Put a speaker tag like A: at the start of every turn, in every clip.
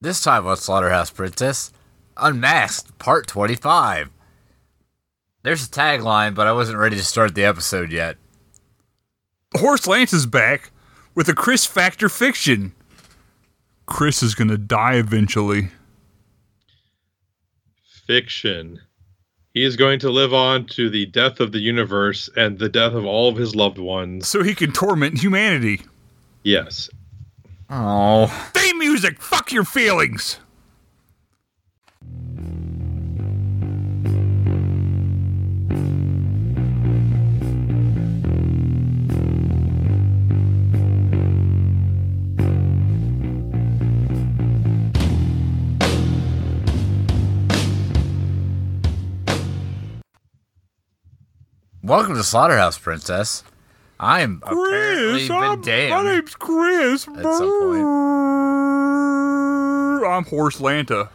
A: This time on Slaughterhouse Princess, Unmasked Part 25. There's a tagline, but I wasn't ready to start the episode yet.
B: Horse Lance is back with a Chris Factor fiction. Chris is going to die eventually.
C: Fiction. He is going to live on to the death of the universe and the death of all of his loved ones.
B: So he can torment humanity.
C: Yes.
A: Oh.
B: Theme music! Fuck your feelings!
A: Welcome to Slaughterhouse Princess. I am apparently been damned.
B: my name's Chris.
A: some
B: I'm Horse Lanta.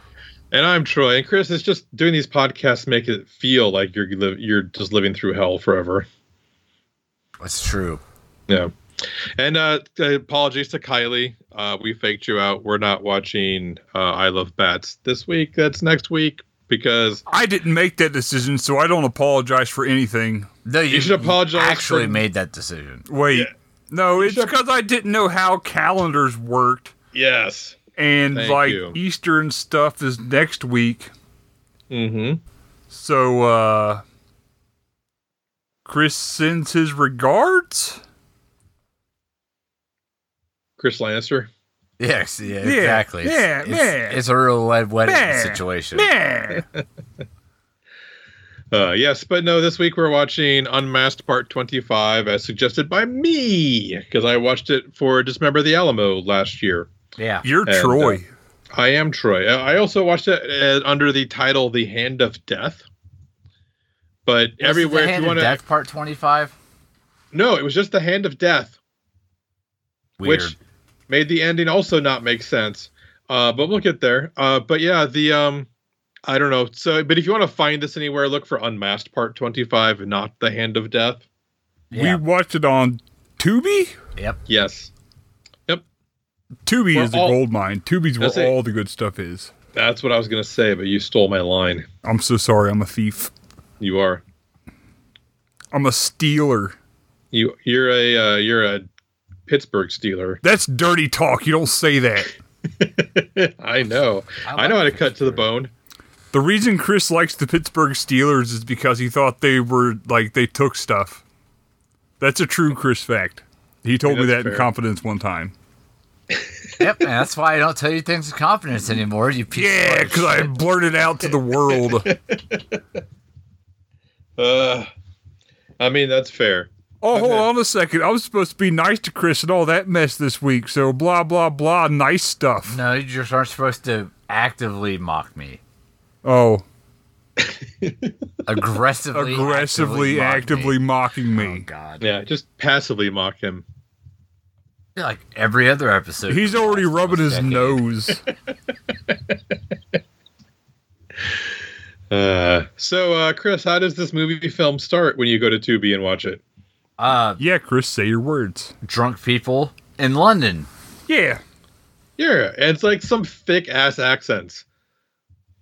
C: And I'm Troy. And Chris is just doing these podcasts to make it feel like you're li- you're just living through hell forever.
A: That's true.
C: Yeah. And uh, apologies to Kylie. Uh, we faked you out. We're not watching uh, I Love Bats this week. That's next week because
B: I didn't make that decision, so I don't apologize for anything.
A: No, you,
C: should apologize
A: actually
C: for-
A: made that decision.
B: Wait.
C: Yeah.
B: No, it's
C: should-
B: because I didn't know how calendars worked.
C: yes.
B: And,
C: Thank
B: like,
C: you.
B: Easter and stuff is next week.
C: Mm-hmm.
B: So, uh, Chris sends his regards.
C: Chris Lannister.
A: Yes, yeah, exactly. It's-
B: yeah,
A: it's,
B: yeah.
A: it's a real red wedding
B: Yeah,
A: situation.
B: Yeah.
C: Uh, yes, but no, this week we're watching Unmasked Part 25 as suggested by me because I watched it for Dismember the Alamo last year.
A: Yeah.
B: You're
C: And, uh,
B: Troy.
C: I am Troy. I I also watched it uh, under the title The Hand of Death. But
A: Was it
C: everywhere,
A: the
C: if
A: Hand
C: you
A: of
C: want to.
A: Death Part 25?
C: No, it was just The Hand of Death,
A: Weird.
C: which made the ending also not make sense. Uh, but we'll get there. Uh, but yeah, the. um. I don't know. So, but if you want to find this anywhere, look for Unmasked Part 25, not The Hand of Death.
A: yeah.
B: We watched it on Tubi.
A: Yep.
C: Yes.
B: Tubi
C: We're
B: is the
C: all-
B: gold mine. Tubi's where
C: That's it.
B: all the good stuff is.
C: That's what I was going to say, but you stole my line.
B: I'm so sorry. I'm a thief.
C: You are.
B: I'm a stealer.
C: You you're a uh, you're a Pittsburgh Steeler.
B: That's dirty talk. You don't say that.
C: I know.
A: I
C: I,
A: like
C: know how to cut to the
A: Pittsburgh.
C: bone.
B: The reason Chris likes the Pittsburgh Steelers is because he thought they were like they took stuff. That's a true Chris fact. He told me
C: that's
B: that in
C: fair.
B: confidence one time.
A: yep, and that's why I don't tell you things with confidence anymore, you piece
B: Yeah,
A: of
B: because I blurted out to the world.
C: Uh, I mean that's fair.
B: Oh, hold
C: Okay.
B: on a second. I was supposed to be nice to Chris and all that mess this week. So blah blah blah, nice stuff.
A: No, you just aren't supposed to actively mock me.
B: Oh,
A: Aggressively,
B: aggressively, actively
A: actively,
B: mocking
A: mock me.
B: me.
A: Oh God!
C: Yeah, just passively mock him.
A: You're Like every other episode,
B: He's
A: for the
B: already
A: last
B: rubbing his
A: decade.
B: nose.
C: Uh, so uh, Chris, how does this movie film start when you go to Tubi and watch it?
A: Uh,
B: yeah, Chris, say your words.
A: drunk people in London.
B: Yeah,
C: Yeah, and it's like some thick ass accents.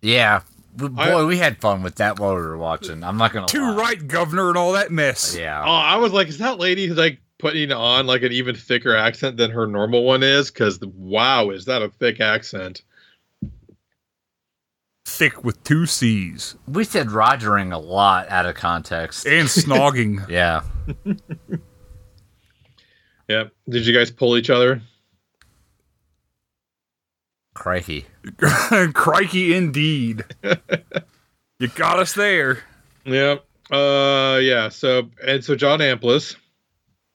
A: Yeah, B- boy,
C: I-
A: we had fun with that while we were watching. I'm not gonna
B: two
A: lie.
B: right, governor, and all that mess.
C: Oh,
A: Yeah,
C: I was like, is that lady like putting on like an even thicker accent than her normal one is? Because wow, is that a thick accent?
B: Thick with two C's
A: we said Rogering a lot out of context.
B: and snogging.
A: Yeah,
C: Yep. Did you guys pull each other?
A: crikey.
B: Crikey, indeed. you got us there.
C: Yeah. Uh yeah. So and so John Amplis.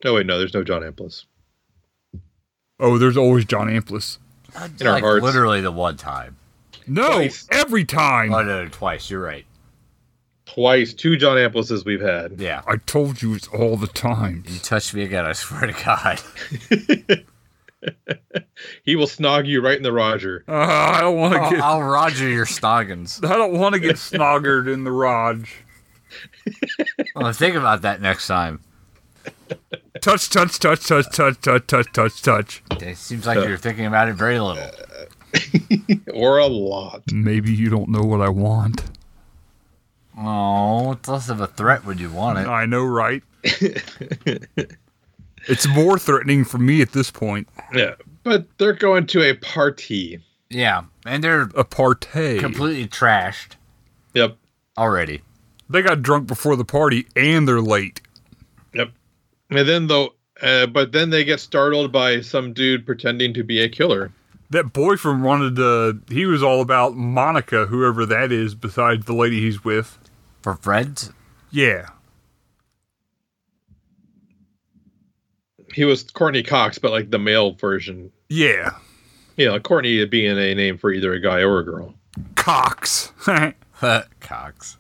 C: Oh wait, no, there's no John Amplis.
B: Oh, there's always John Amplis.
C: our
A: like
C: hearts.
A: literally the one time.
B: No,
C: Twice.
B: every time.
A: Oh no, twice. You're right.
C: Twice, two John Amplises we've had.
A: Yeah,
B: I told you it's all the time.
A: you touch me again. I swear to God.
C: He will snog you right in the Roger.
B: Uh, I don't want to
A: I'll,
B: get.
A: I'll Roger your stockings.
B: I don't want to get snoggered in the Raj.
A: Well, think about that next time.
B: Touch, touch, touch, touch, touch, touch, touch, touch, touch.
A: It seems like you're thinking about it very little.
C: or a lot.
B: Maybe you don't know what I want.
A: Oh, it's less of a threat when you want it.
B: I know, right? it's more threatening for me at this point.
C: Yeah, but they're going to a party.
A: Yeah, and they're
B: A partay.
A: completely trashed
C: Yep,
A: already.
B: they got drunk before the party and they're late.
C: yep. And then though, uh, but then they get startled by some dude pretending to be a killer.
B: That boyfriend wanted to, he was all about Monica, whoever that is, besides the lady he's with.
A: For friends?
B: Yeah.
C: He was Courtney Cox, but like the male version.
B: Yeah.
C: Yeah, like Courtney being a name for either a guy or a girl.
B: Cox.
A: Cox.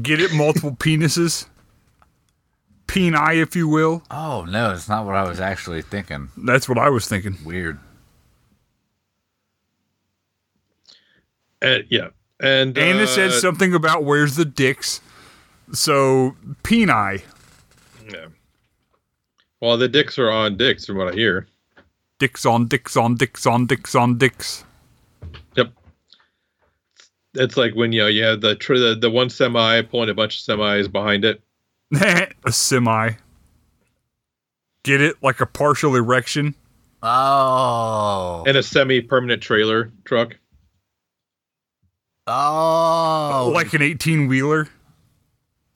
B: Get it? Multiple penises? Peni, if you will.
A: Oh, no, it's not what I was actually thinking.
B: That's what I was thinking.
A: Weird.
C: Uh, yeah, and
B: Anna
C: uh,
B: said something about where's the dicks. So, peni.
C: Yeah. Well, the dicks are on dicks, from what I hear.
B: Dicks on dicks on dicks on dicks on dicks.
C: Yep. It's like when you know you have the tr- the, the one semi pulling a bunch of semis behind it.
B: a semi. Get it? Like a partial erection?
A: Oh.
C: and a semi-permanent trailer truck.
A: Oh.
B: Like an 18 wheeler?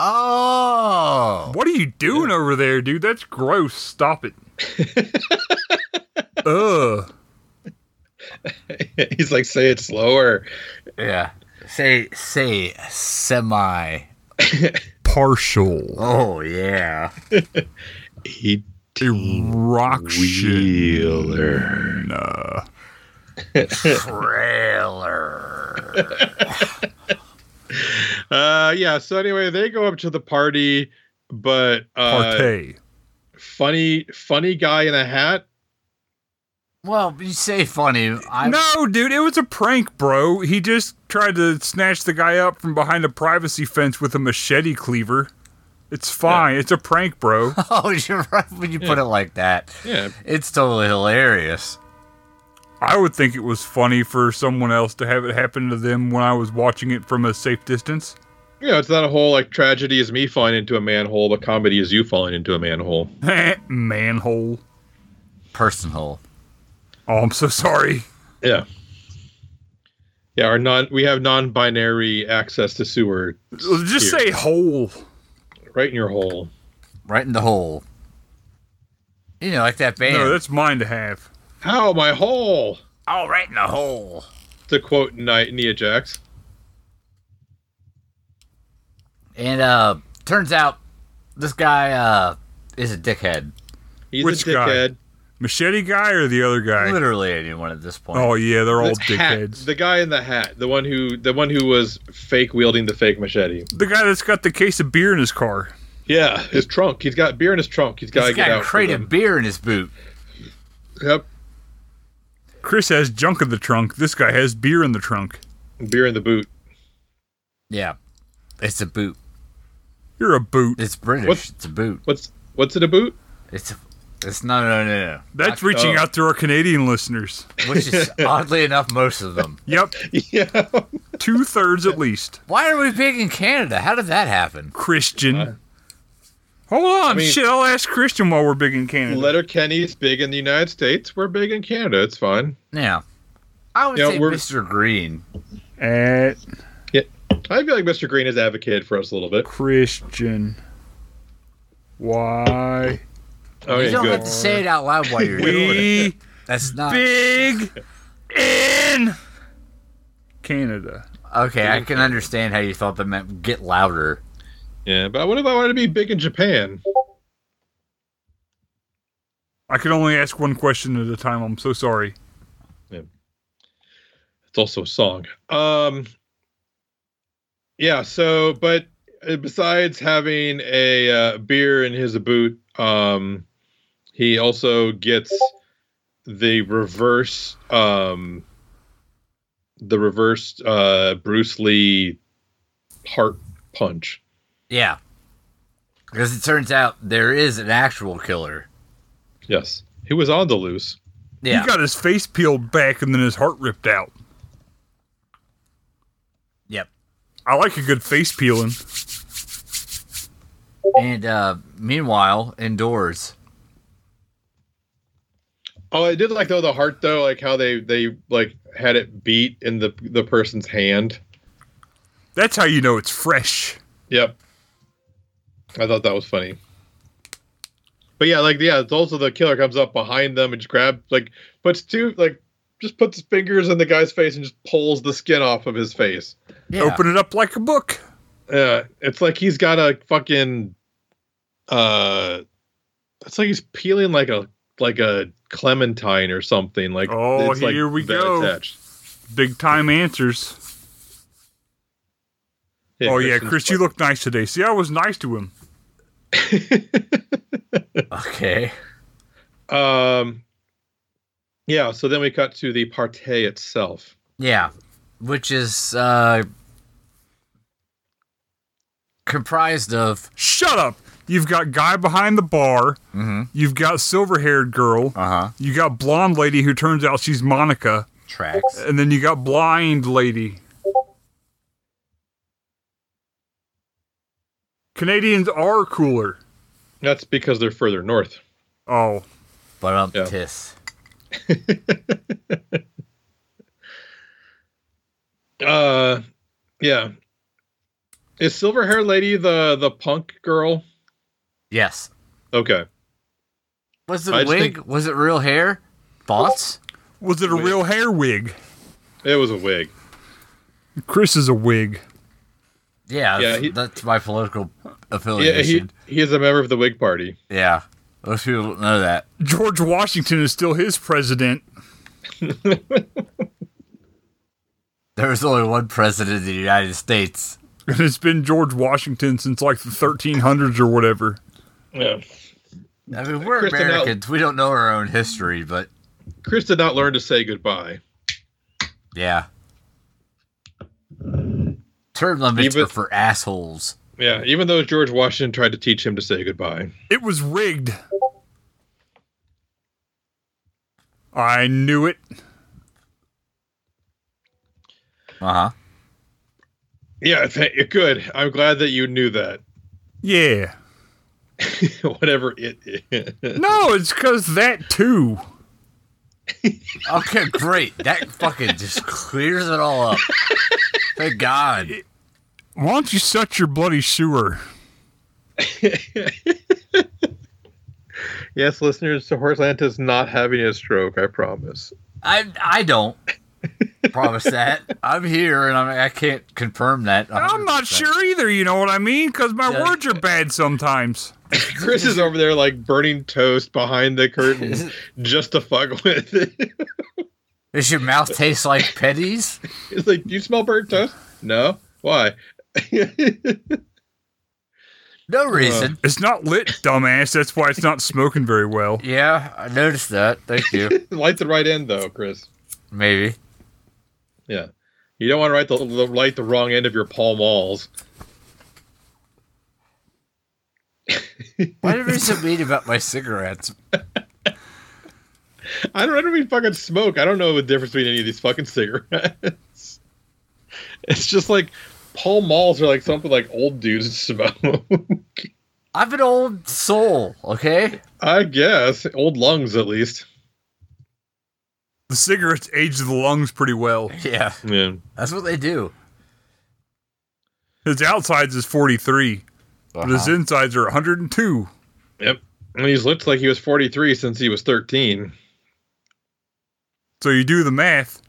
A: Oh.
B: What are you doing over there, dude? That's gross. Stop it. Ugh.
C: He's like, say it slower.
A: Yeah. Say, say, semi.
B: Partial
A: Oh, yeah.
B: erection.
C: Wheeler.
A: Trailer.
C: Uh, yeah. So anyway, they go up to the party, but uh,
B: Partay.
C: funny, funny guy in a hat.
A: Well, you say funny. I,
B: no, dude, it was a prank, bro. He just tried to snatch the guy up from behind a privacy fence with a machete cleaver. It's fine. It's a prank, bro.
A: Oh, you're right when you put it like that.
C: Yeah.
A: It's totally hilarious.
B: I would think it was funny for someone else to have it happen to them when I was watching it from a safe distance.
C: You know, it's not a whole like tragedy is me falling into a manhole, but comedy is you falling into a manhole.
B: Manhole.
A: Personal.
B: Oh, I'm so sorry.
C: Yeah. Yeah. Our non, we have non-binary access to sewer
B: Just
C: Here.
B: say hole.
C: right in your hole.
A: Right in the hole. You know, like that band.
B: No, that's mine to have.
C: How my hole?
A: All Oh, right in the hole.
C: To quote Ni- Nia Jax.
A: And uh turns out this guy uh is a dickhead.
C: He's
B: Which
C: a
B: guy?
C: dickhead.
B: Machete guy or the other guy?
A: Literally anyone at this point.
B: Oh yeah, they're all
C: The hat,
B: dickheads.
C: the guy in the hat, the one who the one who was fake wielding the fake machete.
B: The guy that's got the case of beer in his car.
C: Yeah, his trunk. He's got beer in his trunk. He's got to
A: He's
C: get
A: got a
C: out. for
A: crate
C: them.
A: of beer in his boot.
C: Yep,
B: Chris has junk in the trunk. This guy has beer in the trunk.
C: beer in the boot.
A: Yeah. It's a boot.
B: You're a boot.
A: It's British.
C: What?
A: It's a boot.
C: What's what's it a boot?
A: It's a, it's no no no
B: That's reaching
C: up.
B: out to our Canadian listeners.
A: no. Which is oddly enough most of them.
B: Yep,
C: Yeah,
B: two thirds at least.
A: Why are we big in Canada? How did that happen?
B: Christian. Hold on,
C: mean-
B: shit. I'll ask Christian while we're big in Canada.
C: letter Kenny's big in the United States. We're big in Canada. It's fine.
A: Yeah. I would
C: Yeah,
A: say
C: we're-
A: Mr. Green.
B: at
C: I feel like Mr. Green has advocated for us a little bit.
B: Christian. Why?
C: Oh,
A: You
C: yeah,
A: don't
C: good.
A: have to say it out loud while you're doing it.
B: We
A: That's not
B: big in Canada.
A: okay. I can understand how you thought that meant get louder.
C: Yeah, but what if I wanted to be big in Japan?
B: I can only ask one question at a time. I'm so sorry.
C: It's also a song. Um, yeah. So, but uh, besides having a uh, beer in his boot, um, he also gets the reverse, um, the reverse uh, Bruce Lee heart punch.
A: Yeah. Because it turns out there is an actual killer.
C: Yes, he was on the loose.
A: Yeah.
B: He got his face peeled back and then his heart ripped out.
A: yep.
B: I like a good face peeling.
A: And uh, meanwhile, indoors.
C: Oh, I did like though the heart though, like how they they like had it beat in the the person's hand.
B: That's how you know it's fresh.
C: Yep. I thought that was funny. But yeah, like yeah, it's also the killer comes up behind them and just grabs like puts two like just puts his fingers in the guy's face and just pulls the skin off of his face.
A: Yeah.
B: Open it up like a book.
C: Yeah, it's like he's got a fucking uh it's like he's peeling like a like a clementine or something like
B: Oh,
C: it's
B: here we
C: that
B: go.
C: attached.
B: Big time answers. oh yeah, Chris, you look nice today. See, I was nice to him.
A: Okay.
C: Um, yeah. So then we cut to the party itself.
A: Yeah. Which is uh, comprised of.
B: Shut up. You've got guy behind the bar.
C: Mm-hmm.
A: Mhm.
B: You've got silver haired girl.
A: Uh huh.
C: Uh-huh.
B: You got blonde lady who turns out she's Monica,
A: Tracks.
B: and then you got blind lady. Canadians are cooler.
C: That's because they're further north.
B: Oh,
A: But um,
C: Yeah.
A: tiss.
C: Uh, yeah. Is silver hair lady the the punk girl?
A: Yes.
C: Okay.
A: Was it
C: I
A: a
C: just
A: wig?
C: think-
A: Was it real hair? Thoughts?
B: was it a
C: Wig.
B: real hair wig?
C: It was a wig.
B: Chris is a wig.
A: Yeah,
C: Yeah,
A: that's-
C: he-
A: that's my political
C: Yeah, he
A: affiliation.
C: he is a member of the Whig Party.
A: Yeah, most people don't know that.
B: George Washington is still his president.
A: There was only one president of the United States.
B: And it's been George Washington since like the 1300s or whatever.
C: Yeah.
A: I mean, we're
C: Kristen, now-
A: Americans. We don't know our own history, but
C: Chris did not learn to say goodbye.
A: yeah. Term limits
C: Even-
A: are for assholes.
C: Yeah, even though George Washington tried to teach him to say goodbye.
B: It was rigged. I knew it.
A: Uh huh.
C: Yeah, th- good. I'm glad that you knew that.
B: Yeah.
C: Whatever it is.
B: No, it's because that too.
A: Okay, great. That fucking just clears it all up. Thank God.
B: Why don't you suck your bloody sewer?
C: Yes, listeners, so Horseland is not having a stroke, I promise.
A: I I don't promise that. I'm here, and I'm, I can't confirm that.
B: I'm not
A: 100%.
B: sure either, you know what I mean? Because my
A: Yeah.
B: words are bad sometimes.
C: Chris is over there like burning toast behind the curtain just to fuck with it.
A: Does your mouth taste like petties?
C: It's like, do you smell burnt toast? No. Why?
A: No reason.
B: It's not lit, dumbass. That's why it's not smoking very well.
A: Yeah, I noticed that. Thank you.
C: light the right end though, Chris.
A: Maybe.
C: Yeah. You don't want to light the, the light the wrong end of your palm malls.
A: Why are you so mean about my cigarettes?
C: I don't I don't even fucking smoke. I don't know the difference between any of these fucking cigarettes. It's just like Paul Malls are like something like old dudes smoke.
A: I'm an old soul, okay?
C: I guess. Old lungs at least.
B: The cigarettes age the lungs pretty well.
A: Yeah,
C: Yeah.
A: that's what they do.
B: His outsides is 43, but his
A: Uh-huh.
B: insides are 102.
C: Yep. And he's looked like he was 43 since he was 13.
B: So you do the math,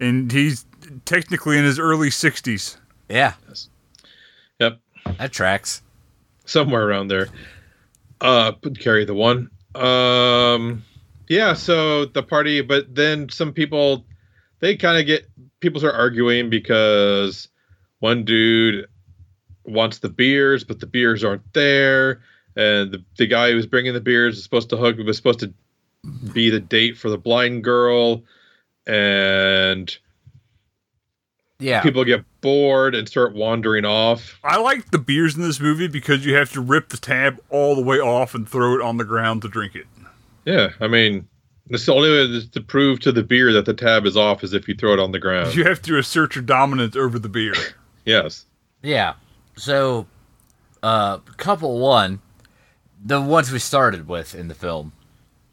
B: and he's technically in his early 60s.
A: Yeah,
C: Yep.
A: that tracks.
C: Somewhere around there. Uh put- carry the one. Um yeah, so the party but then some people they kind of get people start arguing because one dude wants the beers, but the beers aren't there. And the, the guy who was bringing the beers is supposed to hook was supposed to be the date for the blind girl. And
A: Yeah,
C: people get bored and start wandering off.
B: I like the beers in this movie because you have to rip the tab all the way off and throw it on the ground to drink it.
C: Yeah, I mean, That's the only way to- to prove to the beer that the tab is off is if you throw it on the ground.
B: You have to assert your dominance over the beer.
C: Yes.
A: Yeah. So, uh, couple one, the ones we started with in the film.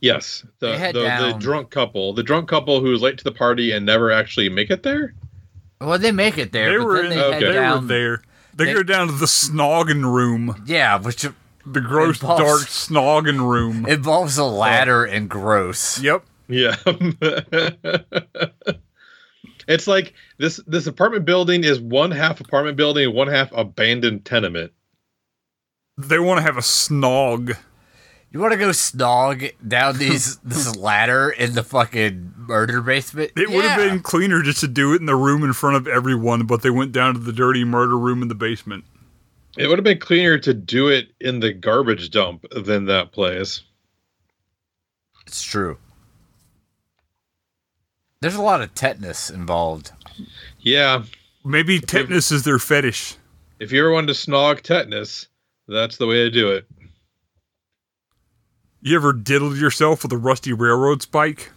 C: Yes. The,
A: They head
C: the, the
A: down.
C: drunk couple. The drunk couple who is late to the party and never actually make it there?
A: Well, they make it there,
B: They
A: but
B: were
A: then
B: in,
A: they
B: they,
A: head down.
B: were there. They,
A: They-
B: go down to the snogging room,
A: Yeah, which
B: the gross
A: Impulse.
B: dark snogging room.
A: involves a ladder and gross.
B: yep.
C: Yeah. it's like this this apartment building is one half apartment building and one half abandoned tenement.
B: They want to have a snog.
A: You want to go snog down these this ladder in the fucking murder basement?
B: It would have
A: Yeah.
B: been cleaner just to do it in the room in front of everyone, but they went down to the dirty murder room in the basement.
C: It would have been cleaner to do it in the garbage dump than that place.
A: It's true. There's a lot of tetanus involved.
C: Yeah.
B: Maybe tetanus is their fetish.
C: If you ever wanted to snog tetanus, that's the way to do it.
B: You ever diddled yourself with a rusty railroad spike?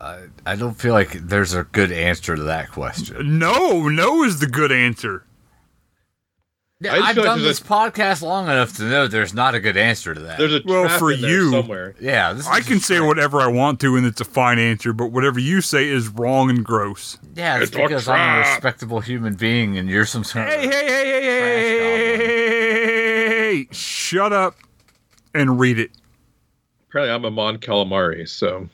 A: I, I don't feel like there's a good answer to that question.
B: No, no is the good answer.
A: Yeah,
C: I just
A: I've
C: feel like
A: done
C: there's
A: this
C: a-
A: podcast long enough to know there's not a good answer to that.
C: There's a
B: Well,
C: trap
B: for
C: in there
B: you-
C: somewhere.
A: yeah, this
B: I
A: is
B: can
A: just
B: say
A: like-
B: whatever I want to, and it's a fine answer, but whatever you say is wrong and gross.
A: Yeah, it's
C: It's a
A: because I'm a
C: trap.
A: respectable human being and you're some sort of.
B: Hey, hey, hey, hey, hey,
A: Trash
B: hey, hey, shut up and read it.
C: Apparently, I'm a Mon Calamari, so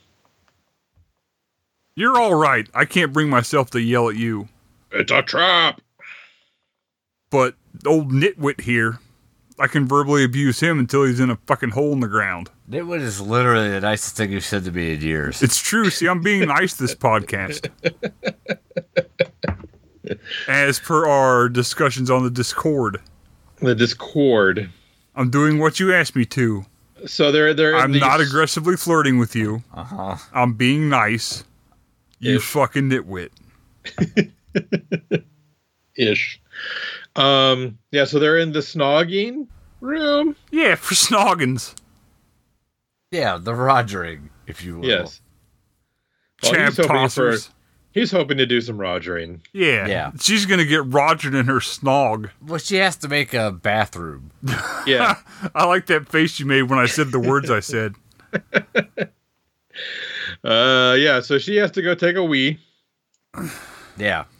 B: You're all right. I can't bring myself to yell at you,
C: it's a trap.
B: but old nitwit here, I can verbally abuse him until he's in a fucking hole in the ground.
A: Nitwit is literally the nicest thing you've said to me in years.
B: It's true. See, I'm being nice this podcast. As per our discussions on the Discord,
C: The Discord.
B: I'm doing what you asked me to.
C: So they're they're. in
B: I'm
C: these-
B: not aggressively flirting with you.
A: Uh huh.
B: I'm being nice. You
C: Ish.
B: fucking nitwit.
C: ish. Um, yeah, so they're in the snogging room.
B: Yeah, for
C: Oh,
B: snoggins.
A: Yeah, the Rodering, if you will.
C: Yes. Well,
B: Chab
C: he's hoping for
B: tossers.
C: he's hoping to do some rogering.
B: Yeah.
A: Yeah.
B: She's going to get Rogered in her snog.
A: Well, she has to make a bathroom.
C: Yeah.
B: I like that face you made when I said the words I said.
C: uh yeah, so she has to go take a wee.
A: Yeah.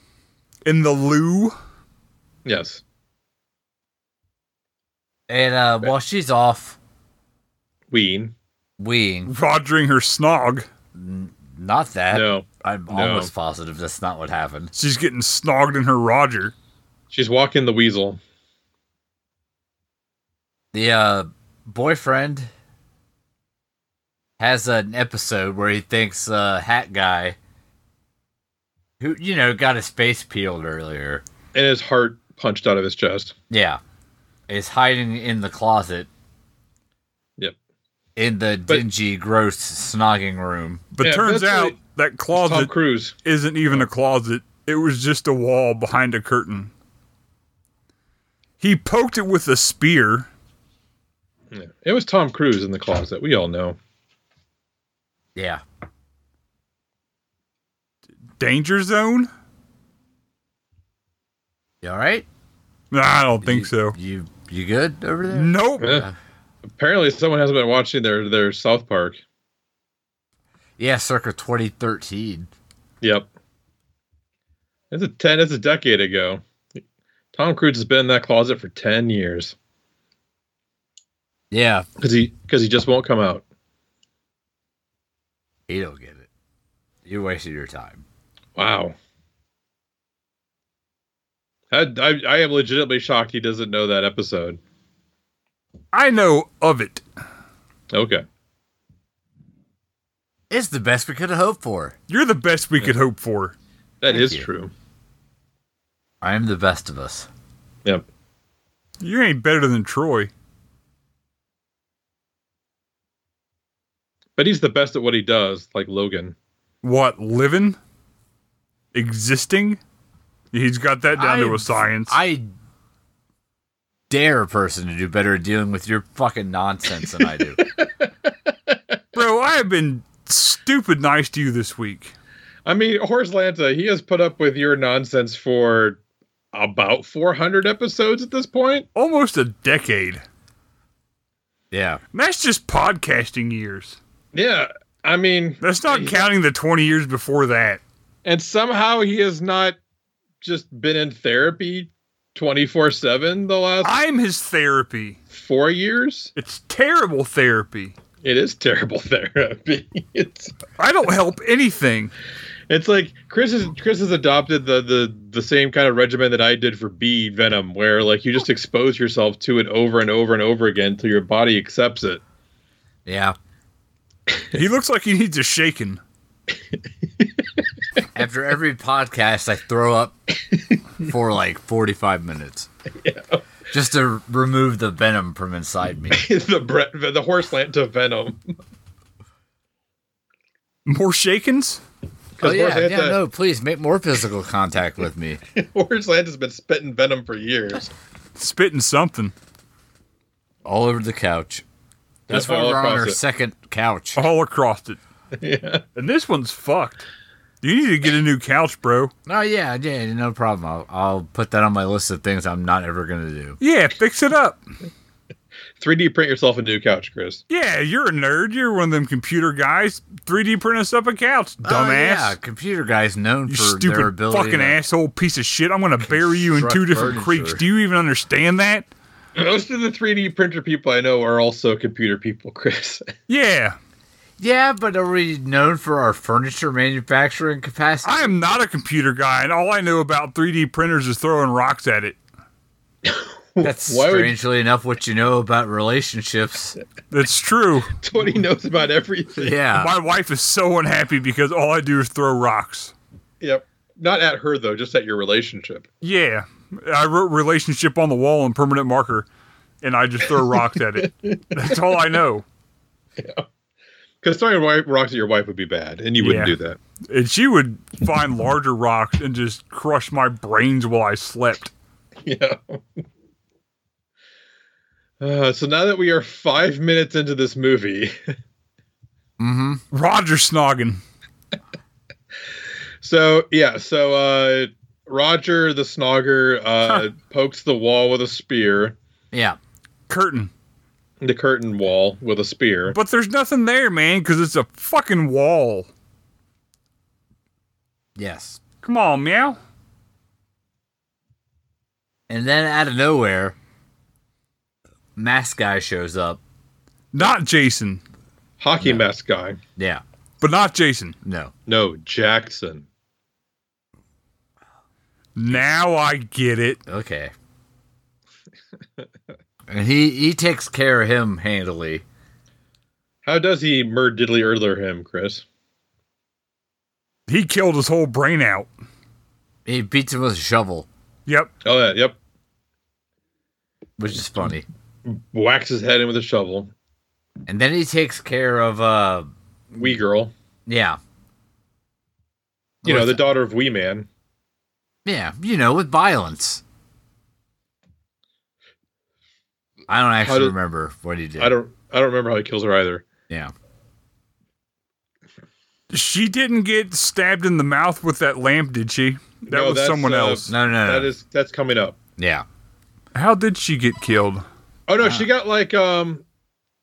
B: In the loo.
C: Yes.
A: And uh, while she's off
C: Ween.
A: weeing,
B: Rodgering her snog.
A: not that.
C: No.
A: I'm almost positive that's not what happened.
B: She's getting snogged in her Roger.
C: She's walking the weasel.
A: The uh, boyfriend has an episode where he thinks uh, Hat Guy, who, you know, got his face peeled earlier.
C: And his heart punched out of his chest.
A: Yeah. Is hiding in the closet.
C: Yep.
A: In the
C: But-
A: dingy, gross, snogging room.
B: But
C: Yeah,
B: turns
C: that's
B: out
C: like-
B: that
C: Tom
B: closet
C: Cruise.
B: isn't even a closet. It was just a wall behind a curtain. He poked it with a spear.
C: Yeah. It was Tom Cruise in the closet. We all know.
A: Yeah.
B: Danger zone?
A: You all right?
B: Nah, I don't think
A: You-
B: so.
A: You you good over there?
B: Nope.
C: Eh. Apparently someone hasn't been watching their their South Park.
A: Yeah, circa 2013.
C: Yep. That's a ten. That's a decade ago. Tom Cruise has been in that closet for ten years
A: Yeah,
C: because he because he just won't come out.
A: you don't get it. You wasted your time.
C: Wow. I, I, I am legitimately shocked he doesn't know that episode.
B: I know of it.
C: Okay.
A: It's the best we could have hoped for.
B: You're the best we could hope for.
C: that
A: Thank
C: is
A: you.
C: true.
A: I am the best of us.
C: Yep.
B: You ain't better than Troy.
C: But he's the best at what he does, like Logan.
B: What, living? Existing? He's got that down to
A: I-
B: a science.
A: I dare a person to do better at dealing with your fucking nonsense than I do.
B: Bro, I have been stupid nice to you this week.
C: I mean, Horse Lanta, he has put up with your nonsense for about 400 episodes at this point.
B: Almost a decade.
A: Yeah.
B: And that's just podcasting years.
C: Yeah. I mean,
B: That's not counting the 20 years before that.
C: and somehow he has not just been in therapy 24 7 the last
B: I'm his therapy.
C: four years.
B: It's terrible therapy.
C: It is terrible therapy. it's
B: I don't help anything.
C: it's like Chris is Chris has adopted the the the same kind of regimen that I did for B Venom, where like you just expose yourself to it over and over and over again till your body accepts it.
A: Yeah.
B: He looks like he needs a shaking.
A: After every podcast, I throw up for like 45 minutes. Just to remove the venom from inside me. Oh,
C: the bre- the horse land to Venom.
B: More shakings?
A: Oh,
C: Because
A: yeah,
C: Horse,
A: yeah, no, please make more physical contact with me.
C: has been spitting Venom for years.
B: Spitting something.
A: All over the couch. That's
C: Yeah,
A: why
C: all
A: we're on
C: across
A: our
C: it.
A: second couch.
B: All across it.
C: Yeah.
B: And this one's fucked. You need to get a new couch, bro.
A: Oh, yeah, yeah, no problem. I'll, I'll put that on my list of things I'm not ever going to do.
B: Yeah, fix it up.
C: 3D print yourself a new couch, Chris.
B: Yeah, you're a nerd. You're one of them computer guys. 3D print us up a couch, dumbass.
A: Oh, yeah, computer guy's known
B: You
A: for their
B: stupid
A: ability.
B: fucking
A: to-
B: asshole piece of shit. I'm going to bury you in two
A: construct
B: different
A: furniture.
B: creeks. Do you even understand that?
C: Most of the 3D printer people I know are also computer people, Chris.
B: Yeah.
A: Yeah, but are we known for our furniture manufacturing capacity?
B: I am not a computer guy, and all I know about 3D printers is throwing rocks at it.
A: That's
C: Why would-
A: strangely enough what you know about relationships.
B: That's true.
C: That's what he knows about everything.
A: Yeah.
B: My wife is so unhappy because all I do is throw rocks.
C: Yep. Not at her though, just at your relationship.
B: Yeah. I wrote relationship on the wall in permanent marker, and I just throw rocks at it. That's all I know.
C: Because throwing wi- rocks at your wife would be bad, and you wouldn't
B: Yeah.
C: do that.
B: And she would find larger rocks and just crush my brains while I slept.
C: Yeah. Uh, so now that we are five minutes into this movie,
A: Mm-hmm.
B: Roger Snoggin.
C: so yeah, so uh, Roger the Snogger uh, pokes the wall with a spear,
A: Yeah.
B: Curtain.
C: the curtain wall with a spear.
B: But there's nothing there, man, because it's a fucking wall.
A: Yes.
B: Come on, meow.
A: And then out of nowhere, mask guy shows up.
B: Not Jason,
C: Hockey mask guy.
A: Yeah.
B: but not Jason.
A: No.
C: No, Jackson.
B: Now I get it.
A: Okay. and he he takes care of him handily.
C: How does he murder diddly erdler him, Chris?
B: He killed his whole brain out.
A: He beats him with a shovel,
B: Yep.
C: Oh yeah, yep.
A: which is funny.
C: Whacks his head in with a shovel.
A: And then he takes care of uh
C: Wee
B: Mm.
C: girl.
A: yeah.
C: You know,
A: With-
C: the daughter of Wee Man.
A: Yeah, you know, with violence. I don't actually
C: did-
A: remember what he did.
C: I don't I don't remember how he kills her either.
A: yeah.
B: She didn't get stabbed in the mouth with that lamp, did she? That
C: No,
B: was
C: that's,
B: someone
C: uh,
B: else.
A: No, no, no.
C: That is that's coming up.
A: yeah.
B: How did she get killed?
C: Oh no,
B: Ah.
C: she got like um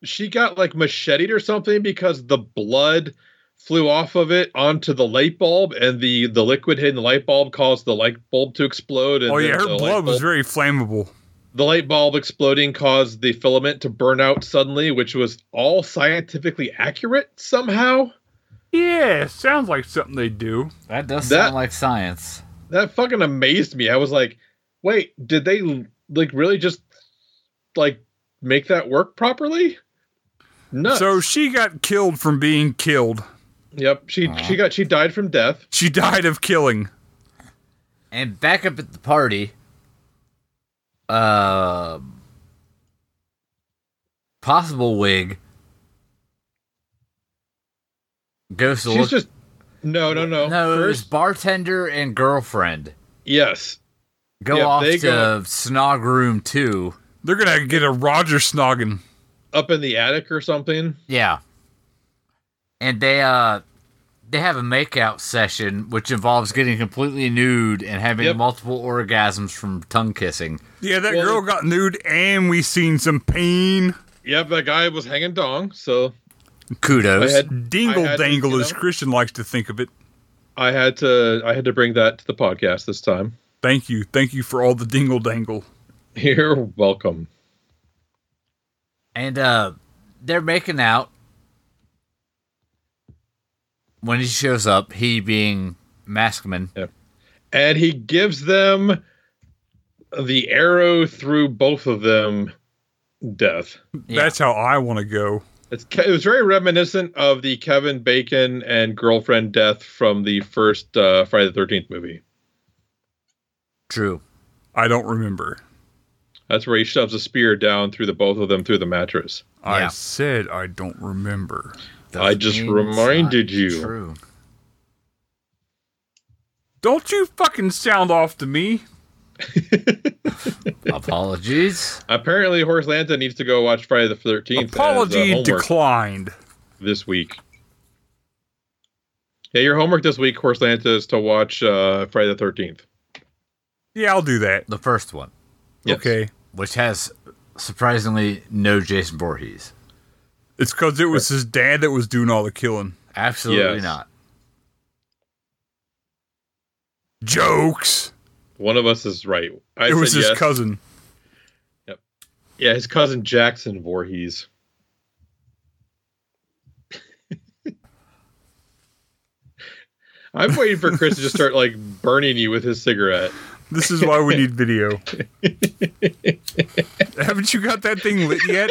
C: she got like macheted or something because the blood flew off of it onto the light bulb and the the liquid hitting the light bulb caused the light bulb to explode and
B: Oh
C: then
B: yeah, her
C: the light
B: blood was
C: bulb-
B: very flammable.
C: the light bulb exploding caused the filament to burn out suddenly which was all scientifically accurate somehow
B: Yeah, sounds like something they do.
A: That does
C: That-
A: sound like science.
C: that fucking amazed me i was like wait did they like really just like make that work properly no
B: So she got killed from being killed.
C: yep she she got she died from death
B: She died of killing.
A: And back up at the party, um, possible wig goes to
C: She's
A: look.
C: just no, no, no.
A: no, it was
C: First,
A: bartender and girlfriend
C: yes,
A: go
C: Yeah,
A: off
C: they
A: to
C: go-
A: snog room two.
B: They're gonna get a Roger Snoggin.
C: up in the attic or something.
A: Yeah. and they uh they have a makeout session which involves getting completely nude and having
C: Yep.
A: multiple orgasms from tongue kissing.
B: Yeah, that
C: Well-
B: girl got nude, and we seen some pain.
C: Yep, that guy was hanging dong, so I
A: Kudos.
C: had I
B: Dingle
C: had to,
B: dangle,
C: you
B: as
C: know.
B: Christian likes to think of it.
C: I had to I had to bring that to the podcast this time.
B: Thank you, thank you for all the dingle dangle.
C: You're welcome.
A: And uh they're making out. When he shows up, he being Maskman.
C: And he gives them the arrow through both of them death.
A: Yeah.
B: That's how I want to go.
C: It's Ke- it was very reminiscent of the Kevin Bacon and girlfriend death from the first uh, Friday the Thirteenth movie.
A: True.
B: I don't remember.
C: That's where he shoves a spear down through the both of them through the mattress.
A: Yeah.
B: I said I don't remember.
C: I just
A: mean it's not
C: reminded you.
A: True.
B: Don't you fucking sound off to me.
A: Apologies.
C: Apparently, Horace Lanta needs to go watch Friday the Thirteenth. uh,
B: Apology declined.
C: this week. Yeah, your homework this week, Horse Lanta, is to watch uh, Friday the Thirteenth.
B: Yeah, I'll do that.
A: The first one,
C: Yes.
B: Okay.
A: which has surprisingly no Jason Voorhees.
B: It's because it was his dad that was doing all the killing.
A: Absolutely
C: Yes.
A: not.
B: Jokes.
C: One of us is right. I
B: it was
C: said
B: his
C: yes.
B: cousin.
C: Yeah, his cousin Jackson Voorhees. I'm waiting for Chris to just start like burning you with his cigarette.
B: This is why we need video. Haven't you got that thing lit yet?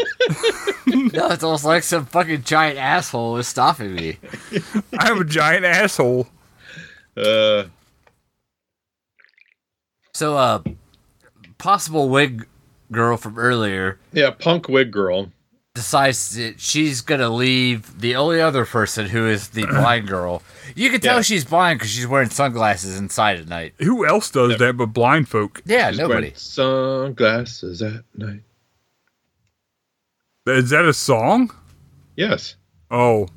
A: No, it's almost like some fucking giant asshole is stopping me.
B: I'm a giant asshole.
C: Uh,
A: So, uh, possible wig girl from earlier
C: yeah, punk wig girl.
A: decides that she's gonna leave the only other person who is the blind girl. You can tell
C: Yeah.
A: she's blind because she's wearing sunglasses inside at night.
B: Who else does that but blind folk?
A: Yeah,
C: She's
A: nobody.
C: wearing sunglasses at night.
B: Is that a song?
C: Yes.
B: Oh.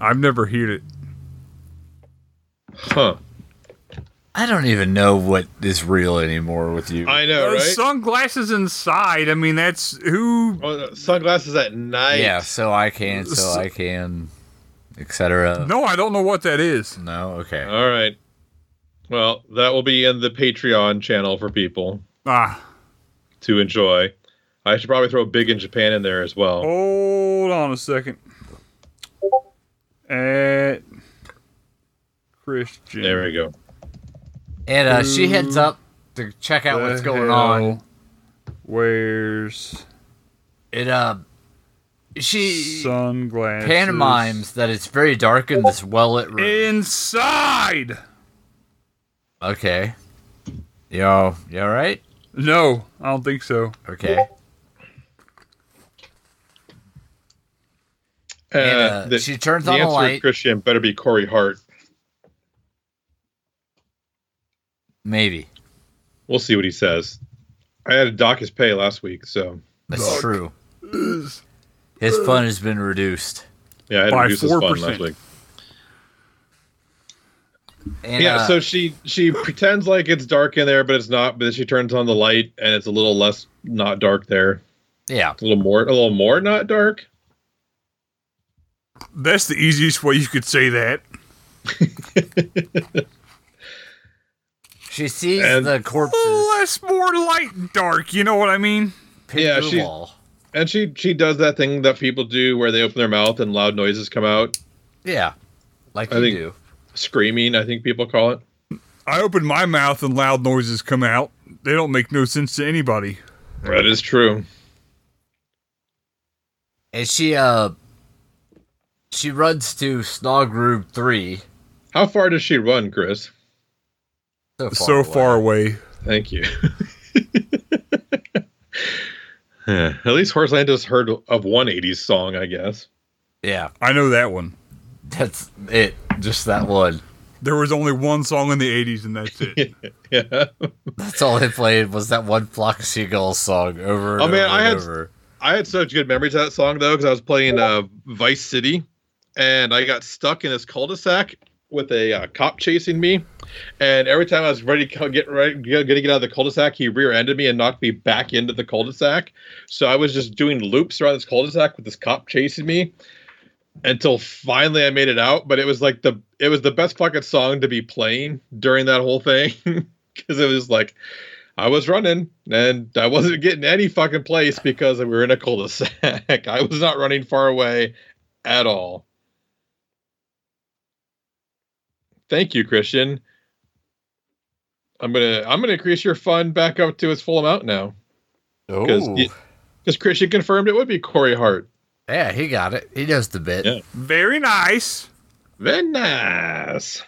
B: I've never heard it.
C: Huh.
A: I don't even know what is real anymore with you.
C: I know,
B: Uh,
C: right?
B: Sunglasses inside. I mean, that's who.
C: Oh, sunglasses at night.
A: yeah, so I can, so I can, etc.
B: No, I don't know what that is.
A: No, okay.
C: All right. Well, that will be in the Patreon channel for people
B: Ah,
C: to enjoy. I should probably throw Big in Japan in there as well.
B: Oh, hold on a second. At Christian.
C: There we go.
A: And uh, she heads up to check out
B: The
A: what's going
B: hell
A: on.
B: Wears
A: It uh, she
B: sunglasses.
A: pantomimes that it's very dark in this well lit room.
B: Eh. inside.
A: Okay. Yo, you alright?
B: No, I don't think so.
A: Okay.
C: Uh,
A: And, uh,
C: the,
A: she turns
C: the
A: on the
C: answer,
A: light.
C: Christian, better be Corey Hart.
A: Maybe.
C: We'll see what he says. I had to dock his pay last week, so
A: That's
B: Fuck.
A: true. His fun has been reduced.
C: yeah, I had to
B: By
C: reduce his fund
B: 4%.
C: last week.
A: And,
C: yeah,
A: uh,
C: so she she pretends like it's dark in there, but it's not. But then she turns on the light, and it's a little less not dark there.
A: yeah.
C: A little more, a little more not dark.
B: That's the easiest way you could say that.
A: She sees
C: And-
A: the corpses
B: Less, more light, and dark. You know what I mean?
A: pinned
C: Yeah,
A: to the
C: she's-
A: wall.
C: And she she does that thing that people do where they open their mouth and loud noises come out.
A: Yeah. Like
C: I
A: you
C: think-
A: do.
C: Screaming, I think people call it.
B: I open my mouth and loud noises come out. They don't make no sense to anybody.
C: That is true.
A: And she uh she runs to Snog Room three.
C: How far does she run, Chris?
A: So far.
B: so
A: away.
B: far away.
C: Thank you. At least Horseland has heard of one 80s song, I guess.
A: Yeah.
B: I know that one.
A: That's it. Just that one.
B: There was only one song in the 80s, and that's it.
C: Yeah.
A: That's all they played was that one Flock of Seagulls song over and
C: Oh,
A: over
C: man, I
A: and
C: had-
A: over.
C: I had such good memories of that song, though, because I was playing uh, Vice City. and I got stuck in this cul-de-sac with a uh, cop chasing me. And every time I was ready to co- get ready, going to get out of the cul-de-sac, he rear-ended me and knocked me back into the cul-de-sac. So I was just doing loops around this cul-de-sac with this cop chasing me until finally I made it out. But it was like the it was the best fucking song to be playing during that whole thing because it was like. I was running and I wasn't getting any fucking place because we were in a cul-de-sac. I was not running far away at all. Thank you, Christian. I'm gonna I'm gonna increase your fund back up to its full amount now because
A: Oh,
C: because Christian confirmed it would be Corey Hart.
A: yeah, he got it. He knows the bit.
C: Yeah.
B: Very nice.
C: Very nice.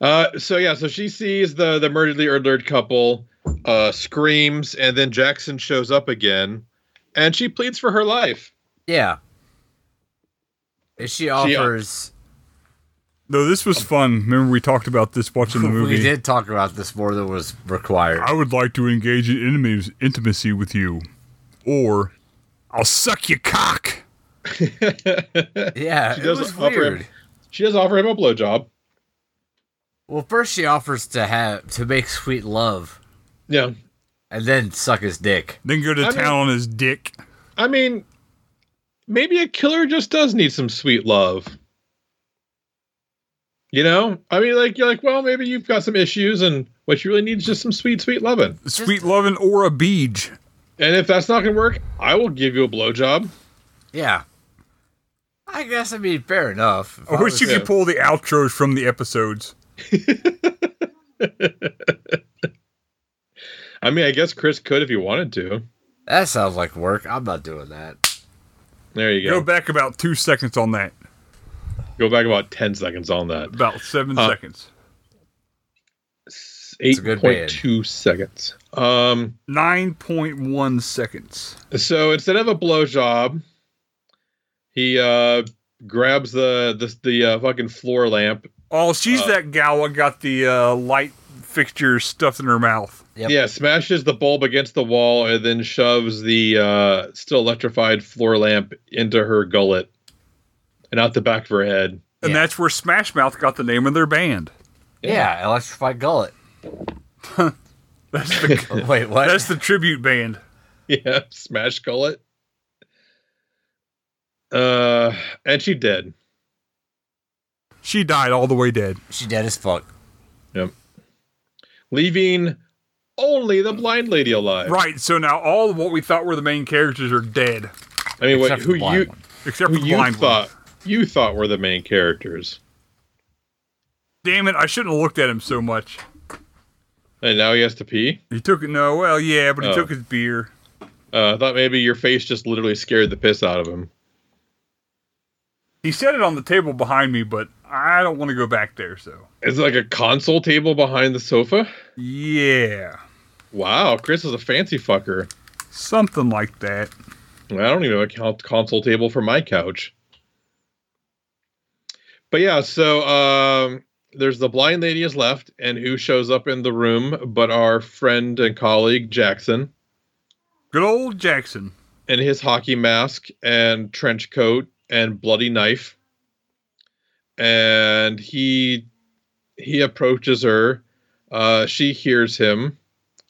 C: Uh, so yeah, so she sees the the murderedly murdered couple, uh, screams, and then Jackson shows up again, and she pleads for her life.
A: Yeah. And she offers.
B: Though this was fun. Remember we talked about this watching the movie.
A: we did talk about this more than was required.
B: I would like to engage in intimacy, intimacy with you, or I'll suck your cock.
A: yeah,
C: She
A: it
C: does
A: was
C: offer him-
A: weird.
C: She does offer him a blowjob.
A: Well, first she offers to have to make sweet love
C: Yeah,
A: and then suck his dick.
B: Then go to
C: I
B: town on his dick.
C: I mean, maybe a killer just does need some sweet love. You know, I mean, like you're like, well, maybe you've got some issues, and what you really need is just some sweet, sweet loving.
B: Sweet lovin' or a beej.
C: And if that's not gonna work, I will give you a blowjob.
A: Yeah. I guess I mean fair enough. If
B: I wish
A: was-
B: you
C: yeah.
B: could pull the outros from the episodes.
C: I mean, I guess Chris could if he wanted to.
A: That sounds like work. I'm not doing that.
C: There you
B: Go
C: go.
B: back about two seconds on that.
C: Go back about ten seconds on that.
B: About seven
C: Uh,
B: seconds.
A: a
C: Eight
A: good
C: point two seconds. Um.
B: 9.1 seconds.
C: So instead of a blowjob, he uh grabs the the the uh, fucking floor lamp
B: Oh, she's
C: Uh,
B: that gal that got the uh, light fixture stuffed in her mouth.
A: Yep.
C: Yeah, smashes the bulb against the wall and then shoves the uh, still electrified floor lamp into her gullet and out the back of her head.
B: And
A: Yeah.
B: that's where Smash Mouth got the name of their band.
A: Yeah, electrified gullet.
B: That's the,
A: Oh, Wait, what?
B: that's the tribute band.
C: Yeah, smash gullet. Uh, and she did.
B: She died all the way dead.
A: she dead as fuck.
C: leaving only the blind lady alive.
B: Right, so now all of what we thought were the main characters are dead,
C: I mean, what,
A: Except for
C: who
A: the blind
C: you
A: one.
B: except
C: who
B: for the
C: you
B: blind one.
C: thought you thought were the main characters,
B: Damn it, I shouldn't have looked at him so much.
C: and now he has to pee.
B: He took it. No, well, yeah, but he
C: Oh.
B: took his beer.
C: Uh, I thought maybe your face just literally scared the piss out of him.
B: He set it on the table behind me, but I don't want to go back there. So
C: It's like a console table behind the sofa.
B: yeah,
C: Wow, Chris is a fancy fucker.
B: something like that.
C: I don't even have a con- console table for my couch. But yeah, so um, there's the blind lady is left, and who shows up in the room but our friend and colleague Jackson
B: Good old Jackson.
C: in his hockey mask and trench coat and bloody knife. And he he approaches her. Uh, she hears him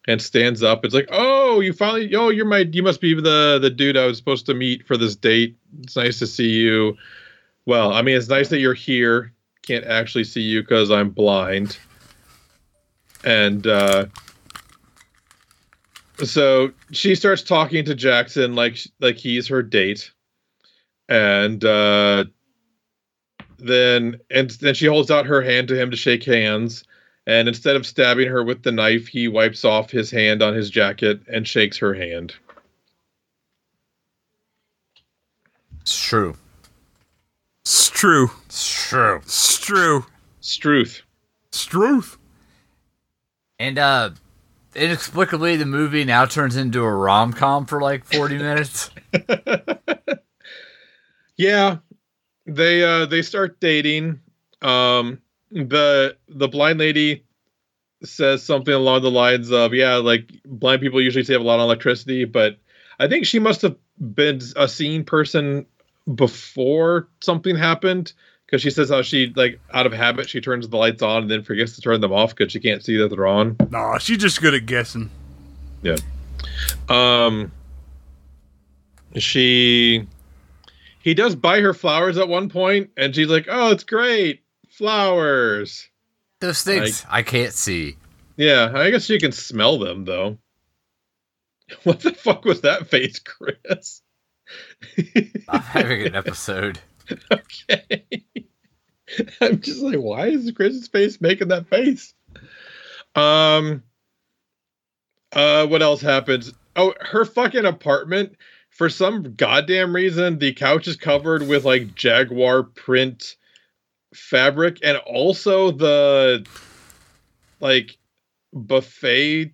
C: and stands up. It's like, oh, you finally, oh, you're my, you must be the the dude I was supposed to meet for this date. It's nice to see you. Well, I mean, it's nice that you're here. Can't actually see you because I'm blind. And uh, so she starts talking to Jackson like like he's her date, and uh, then and then she holds out her hand to him to shake hands. And instead of stabbing her with the knife, he wipes off his hand on his jacket and shakes her hand.
A: It's true.
B: It's true.
A: It's true.
B: It's true.
C: Struth.
B: It's truth.
A: And uh inexplicably the movie now turns into a rom com for like forty minutes.
C: Yeah, they uh, they start dating. Um, the the blind lady says something along the lines of, "Yeah, like blind people usually save a lot on electricity, but I think she must have been a seeing person before something happened because she says how she like out of habit she turns the lights on and then forgets to turn them off because she can't see that they're on.
B: Nah, she's just good at guessing.
C: Yeah. Um. She. He does buy her flowers at one point, and she's like, "Oh, it's great, flowers."
A: Those things I can't see.
C: Yeah, I guess she can smell them though. What the fuck was that face, Chris?
A: I'm having an episode.
C: okay. I'm just like, why is Chris's face making that face? Um. Uh, what else happens? Oh, her fucking apartment. For some goddamn reason, the couch is covered with like jaguar print fabric, and also the like buffet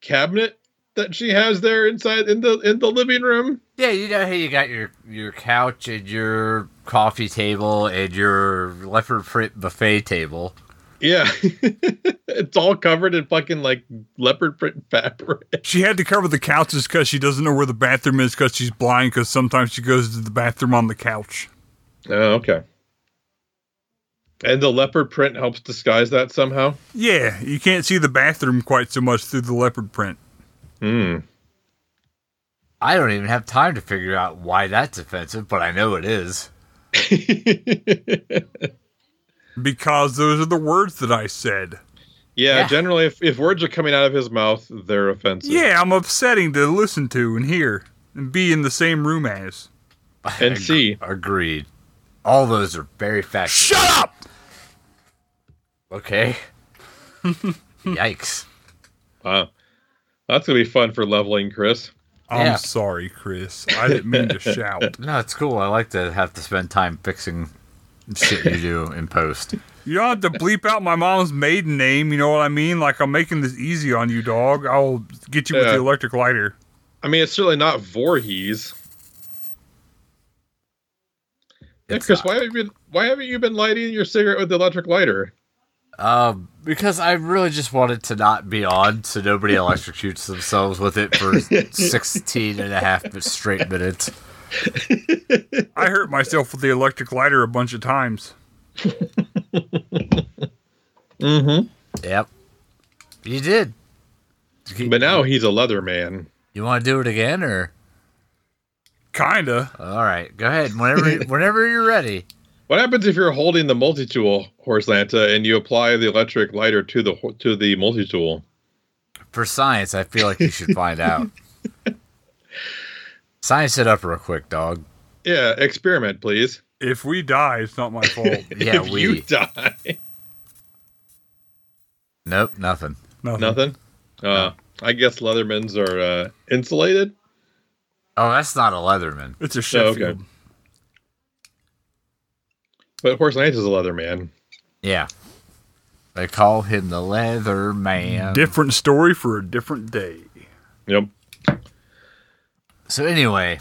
C: cabinet that she has there inside in the in the living room.
A: Yeah, you know how you got your your couch and your coffee table and your leopard print buffet table.
C: Yeah. it's all covered in fucking like leopard print fabric.
B: She had to cover the couches because she doesn't know where the bathroom is because she's blind. Because sometimes she goes to the bathroom on the couch.
C: Oh, okay. And the leopard print helps disguise that somehow.
B: Yeah, you can't see the bathroom quite so much through the leopard print.
C: Hmm.
A: I don't even have time to figure out why that's offensive, but I know it is.
B: Because those are the words that I said.
C: yeah,
A: Yeah.
C: generally, if, if words are coming out of his mouth, they're offensive.
B: Yeah, I'm upsetting to listen to and hear and be in the same room as.
C: And
A: Ag-
C: see.
A: Agreed. All those are very factual.
B: Shut up!
A: Okay. Yikes.
C: Wow. That's going to be fun for leveling, Chris.
B: I'm
A: Yeah.
B: sorry, Chris. I didn't mean to shout.
A: No, it's cool. I like to have to spend time fixing shit you do in post.
B: You don't have to bleep out my mom's maiden name. You know what I mean? Like, I'm making this easy on you, dog. I'll get you with
C: Yeah.
B: the electric lighter.
C: I mean, it's certainly not Voorhees. Yeah,
A: It's
C: Chris,
A: not.
C: why, have you been, why haven't you been lighting your cigarette with the electric lighter?
A: Um, because I really just wanted to not be on so nobody electrocutes themselves with it for 16 and a half straight minutes.
B: I hurt myself with the electric lighter a bunch of times.
C: Mm-hmm.
A: Yep. You did.
C: But now he's a leather man.
A: You want to do it again or?
B: Kinda.
A: All right, go ahead. Whenever whenever you're ready.
C: What happens if you're holding the multi-tool, Horse Lanta, and you apply the electric lighter to the ho- to the multi-tool?
A: For science, I feel like you should find out. Science it up real quick, dog.
C: Yeah, experiment, please.
B: If we die, it's not my fault.
A: Yeah,
C: if
A: we.
C: you die,
A: Nope, nothing.
B: Nothing.
C: nothing. Uh, I guess Leathermans are uh, insulated.
A: Oh, that's not a Leatherman.
B: It's a Sheffield.
C: Oh, okay. But Horse Lance is a leather man.
A: Yeah. They call him the Leather Man.
B: Different story for a different day.
C: Yep.
A: so anyway,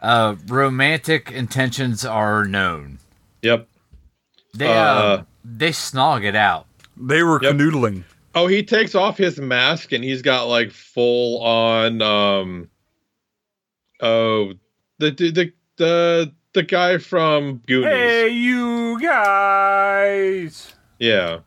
A: uh, romantic intentions are known.
C: Yep.
A: They uh,
C: Uh.
A: they snog it out.
B: They were
C: Yep.
B: canoodling.
C: Oh, he takes off his mask and he's got like full on um oh the the the the, the guy from Goonies.
B: Hey, you guys!
C: Yeah.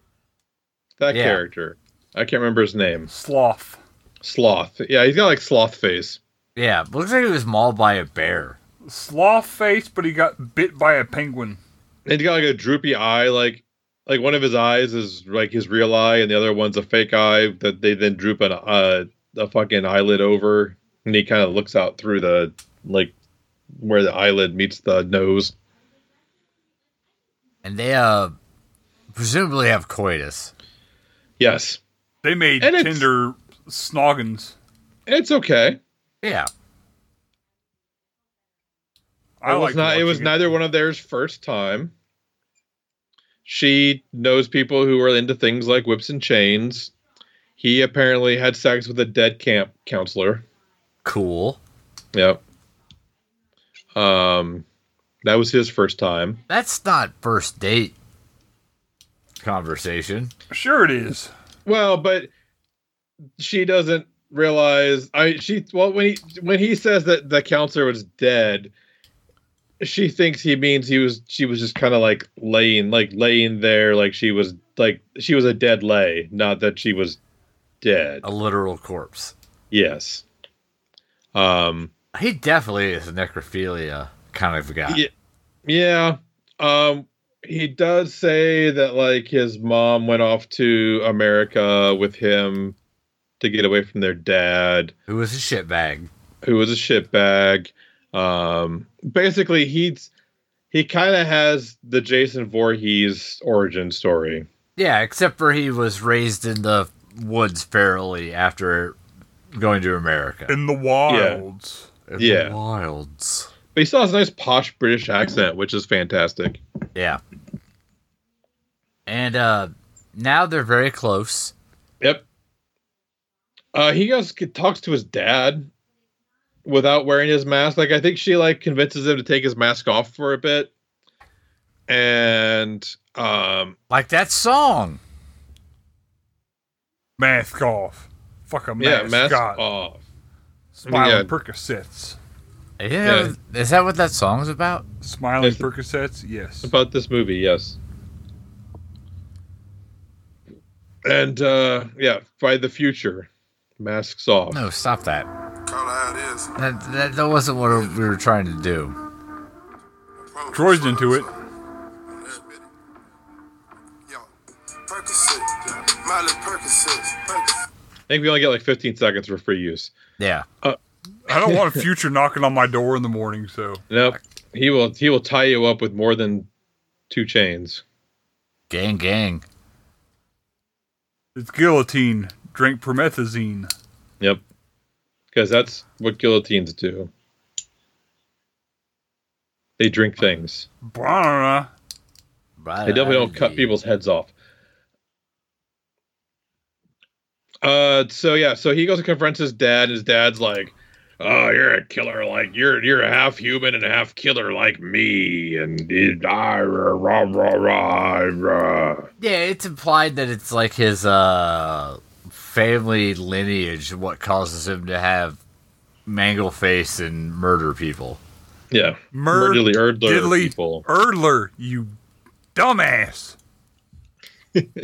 C: That
A: Yeah.
C: character. I can't remember his name.
B: Sloth.
C: Sloth. Yeah, he's got like sloth face.
A: Yeah, looks like he was mauled by a bear.
B: Sloth face, but he got bit by a penguin.
C: And he's got like a droopy eye, like like one of his eyes is like his real eye, and the other one's a fake eye that they then droop an uh, a fucking eyelid over, and he kind of looks out through the like where the eyelid meets the nose.
A: And they uh presumably have coitus.
C: Yes,
B: They made
C: And it's-
B: Tinder snoggins.
C: it's okay.
A: Yeah.
B: I
C: it was
B: like
C: not. It
B: watching
C: was neither one of theirs first time. She knows people who are into things like whips and chains. He apparently had sex with a dead camp counselor.
A: Cool.
C: Yep. Um, that was his first time.
A: That's not first date conversation.
B: Sure, it is.
C: Well, but she doesn't realize I she well when he when he says that the counselor was dead, she thinks he means he was she was just kind of like laying like laying there like she was like she was a dead lay, not that she was dead.
A: A literal corpse.
C: Yes. Um
A: He definitely is a necrophilia kind of guy.
C: Yeah. yeah. Um he does say that like his mom went off to America with him to get away from their dad,
A: Who was a shitbag.
C: who was a shitbag. Um, basically, he's he kind of has the Jason Voorhees origin story.
A: Yeah, except for he was raised in the woods fairly after going to America.
B: in the wilds.
A: In
C: yeah.
A: The wilds.
C: But he still has a nice posh British accent, which is fantastic.
A: Yeah. And uh now they're very close.
C: Yep. Uh, he goes talks to his dad without wearing his mask. Like I think she like convinces him to take his mask off for a bit, and um,
A: Like that song.
B: Mask off. Fuck a
C: yeah,
B: mask,
C: mask
B: God.
C: off.
B: Smiling
C: Yeah.
B: Percocets.
A: Yeah, Is that what that song's about?
B: Smiling
C: It's-
B: Percocets, yes.
C: about this movie yes and uh yeah by the future masks off
A: No, stop that.
D: Call it how it is.
A: That, that, that wasn't what we were trying to do.
B: Troy's into it.
D: Yo, Percocet, Miley Percocet, Percocet.
C: i think we only get like 15 seconds for free use
A: Yeah.
B: I don't want a future knocking on my door in the morning, so.
C: nope he will he will tie you up with more than two chains
A: Gang, gang.
B: It's guillotine. Drink promethazine.
C: yep because that's what guillotines do they drink things
B: Blah.
A: Right
C: They definitely don't cut people's heads off. Uh, so yeah, so he goes and confronts his dad, and his dad's like, "Oh, you're a killer! Like you're you're a half human and a half killer like me." And it, ah, rah, rah, rah, rah.
A: Yeah, it's implied that it's like his uh, family lineage, what causes him to have mangle face and murder people.
C: yeah,
B: Murd-
C: Murderly Erdler
B: diddly
C: people.
B: Erdler, you dumbass.
C: I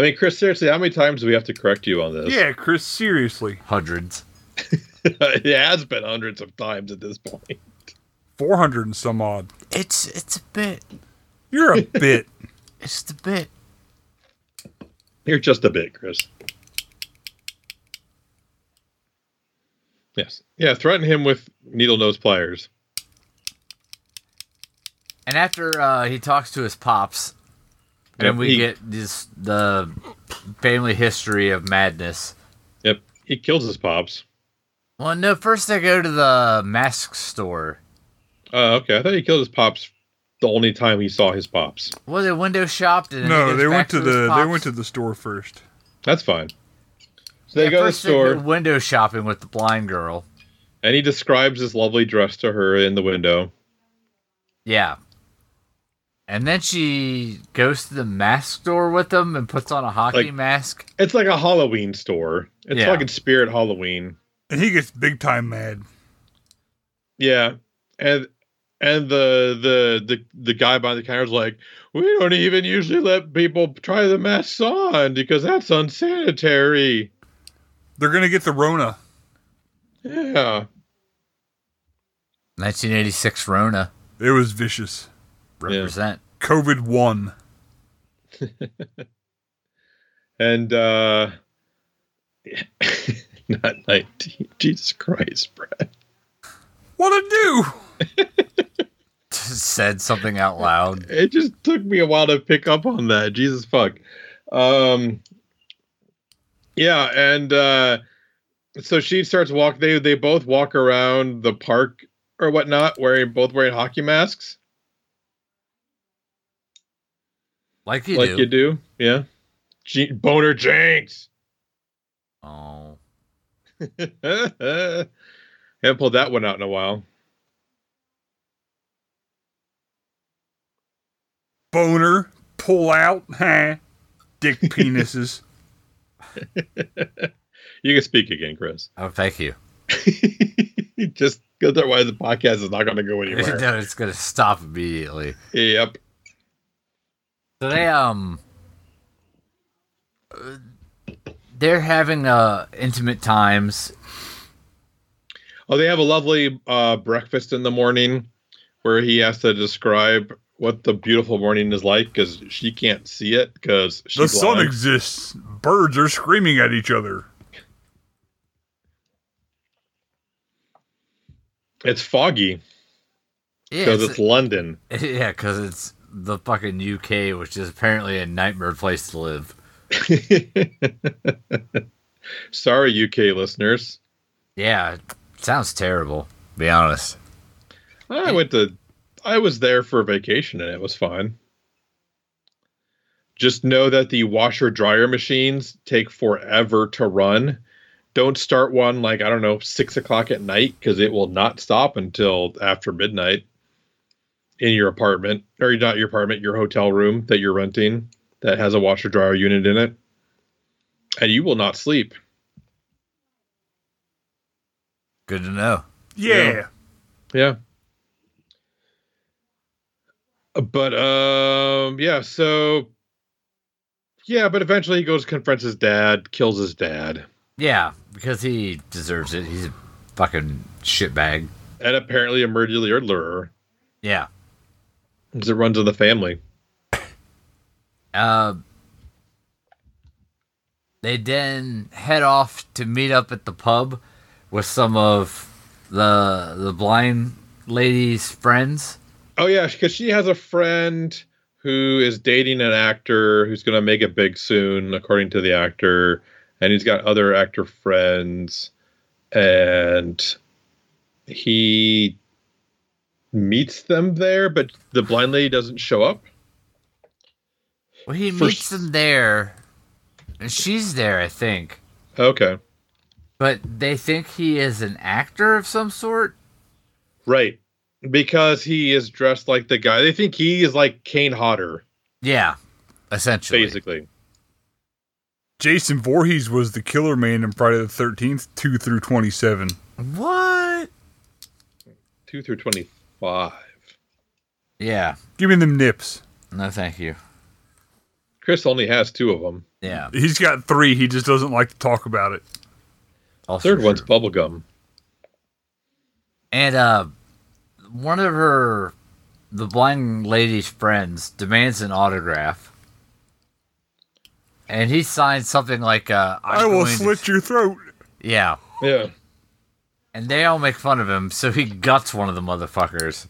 C: mean, Chris, seriously, how many times do we have to correct you on this?
B: Yeah, Chris, seriously.
A: Hundreds.
C: it has been hundreds of times at this point.
B: 400 and some odd.
A: It's it's a bit.
B: You're a bit.
A: It's the bit.
C: You're just a bit, Chris. Yes. Yeah, threaten him with needle nose pliers.
A: And after uh, he talks to his pops, then
C: Yep,
A: we
C: he-
A: get this the family history of madness.
C: Yep. He kills his pops.
A: Well, no, first they go to the mask store.
C: Oh, okay. I thought he killed his pops the only time he saw his pops.
A: Well, they window shopped and then he
B: no,
A: goes
B: they
A: back
B: went to
A: his
B: the they
A: pops.
B: went to the store first.
C: That's fine. So they
A: Yeah,
C: go to the
A: first they go
C: store
A: window shopping with the blind girl.
C: and he describes his lovely dress to her in the window.
A: Yeah. And then she goes to the mask store with them and puts on a hockey
C: Like-
A: mask.
C: It's like a Halloween store. It's
A: Yeah.
C: fucking spirit Halloween.
B: And he gets big time mad.
C: Yeah, and and the the the the guy behind the counter's like, we don't even usually let people try the masks on because that's unsanitary.
B: They're gonna get the Rona.
C: Yeah,
A: 1986 Rona
B: It was vicious.
A: represent.
B: COVID one.
C: and uh, not nineteen. Jesus Christ, Brad.
B: What a do?
A: Said something out loud.
C: It just took me a while to pick up on that. Jesus fuck. Um Yeah, and uh so she starts walk they they both walk around the park or whatnot, wearing both wearing hockey masks.
A: Like you
C: like
A: do.
C: you do. Yeah. G- boner jinx.
A: Oh.
C: Haven't pulled that one out in a while.
B: Boner. Pull out. Huh. Dick penises.
C: You can speak again, Chris.
A: Oh, thank you.
C: Just 'cause otherwise, the podcast is not going to go anywhere.
A: No, it's gonna stop immediately.
C: yep.
A: So they um, uh, they're having uh intimate times.
C: Oh, they have a lovely uh, breakfast in the morning where he has to describe what the beautiful morning is like because she can't see it because
B: The
C: she's
B: sun
C: blind.
B: exists. Birds are screaming at each other.
C: it's foggy
A: Yeah,
C: because it's London.
A: yeah, 'cause it's the fucking UK, which is apparently a nightmare place to live.
C: Sorry, UK listeners.
A: Yeah, it sounds terrible. to Be honest.
C: I went to, I was there for vacation and it was fun. Just know that the washer dryer machines take forever to run. Don't start one like, I don't know, six o'clock at night because it will not stop until after midnight in your apartment or not your apartment, your hotel room that you're renting that has a washer dryer unit in it. And you will not sleep.
A: Good to know.
B: Yeah.
C: Yeah. Yeah. Uh, But um yeah, so yeah, but eventually he goes confronts his dad, kills his dad,
A: Yeah, because he deserves it. He's a fucking shitbag.
C: and apparently a murderer
A: Yeah.
C: because it runs in the family.
A: Uh, they then head off to meet up at the pub with some of the the blind lady's friends.
C: Oh yeah, because she has a friend who is dating an actor who's gonna make it big soon, according to the actor, and he's got other actor friends, and he meets them there, but the blind lady doesn't show up.
A: Well, he
C: For-
A: meets them there, and she's there, I think.
C: Okay,
A: But they think he is an actor of some sort.
C: right, because he is dressed like the guy. They think he is like Kane Hodder,
A: Yeah, essentially.
C: basically.
B: Jason Voorhees was the killer man in Friday the 13th, 2 through 27.
A: What?
C: Two through twenty-five.
A: Yeah.
B: Give me them nips.
A: No, thank you.
C: Chris only has two of them.
A: Yeah.
B: He's got three. He just doesn't like to talk about it.
A: Also
C: Third one's
A: true.
C: bubblegum.
A: And uh, one of her, the blind lady's friends, demands an autograph. And he signs something like, uh,
B: i
A: I'm
B: will
A: going to-
B: slit your throat.
A: Yeah.
C: Yeah.
A: And they all make fun of him, so he guts one of the motherfuckers.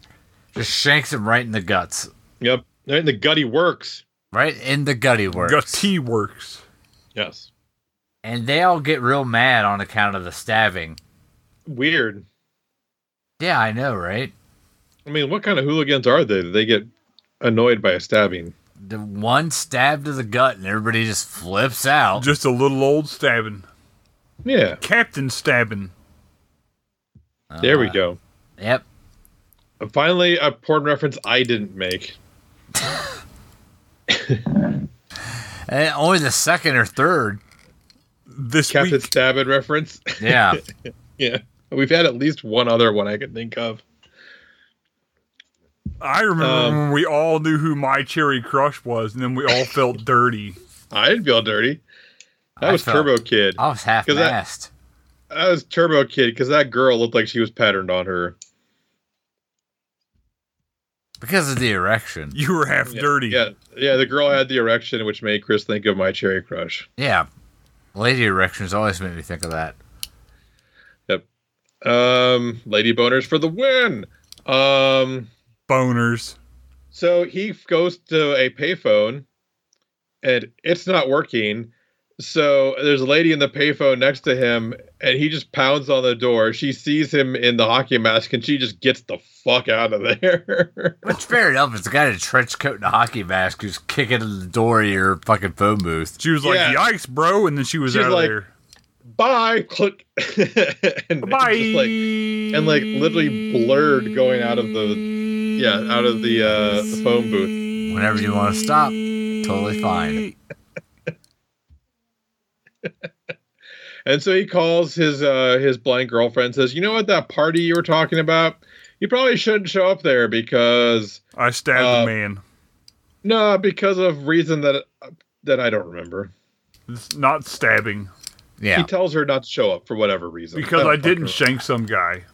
A: Just shanks him right in the guts.
C: Yep. Right in the gutty works.
A: Right in the gutty works.
B: Gutty works.
C: Yes.
A: And they all get real mad on account of the stabbing.
C: Weird.
A: Yeah, I know, right?
C: I mean, what kind of hooligans are they? that They get annoyed by a stabbing.
A: The one stab to the gut, and everybody just flips out.
B: Just a little old stabbing.
C: Yeah.
B: Captain stabbing.
C: There
A: Uh.
C: we go. Uh,
A: Yep.
C: Finally, a porn reference I didn't make.
A: And Eh, only the second or third.
B: This
C: Captain
B: week,
C: Stabbing reference.
A: Yeah.
C: yeah. We've had at least one other one I could think of.
B: I remember
C: um,
B: when we all knew who my cherry crush was, and then we all felt dirty.
C: I didn't feel dirty. That
A: I
C: was
A: felt-
C: Turbo Kid.
A: I was half
C: 'Cause I-
A: assed.
C: That was Turbo Kid because that girl looked like she was patterned on her.
A: Because of the erection.
B: You were half dirty.
C: Yeah. Yeah. The girl had the erection, which made Chris think of my cherry crush.
A: Yeah. Lady erections always make me think of that.
C: Um, Lady Boners for the win. Um,
B: Boners.
C: So he f- goes to a payphone and it's not working. So there's a lady in the payphone next to him and he just pounds on the door. She sees him in the hockey mask and she just gets the fuck out of there.
A: Which fair enough, it's a guy in a trench coat and a hockey mask who's kicking in the door of your fucking phone booth.
B: She was like,
C: Yeah.
B: "Yikes, bro!" And then she was
C: She was
B: out of
C: like,
B: there.
C: Bye. Click. and
B: Bye.
C: Just like, and like literally blurred going out of the yeah, out of the uh the phone booth.
A: Whenever you want to stop, totally fine.
C: And And so he calls his uh, his blind girlfriend and says, "You know what? That party you were talking about, you probably shouldn't show up there because
B: I stabbed
C: Uh,
B: a man.
C: no, because of reason that that I don't remember."
B: It's not stabbing
A: Yeah.
C: He tells her not to show up for whatever reason.
B: because
C: don't
B: I
C: fucking
B: didn't
C: remember.
B: shank some guy.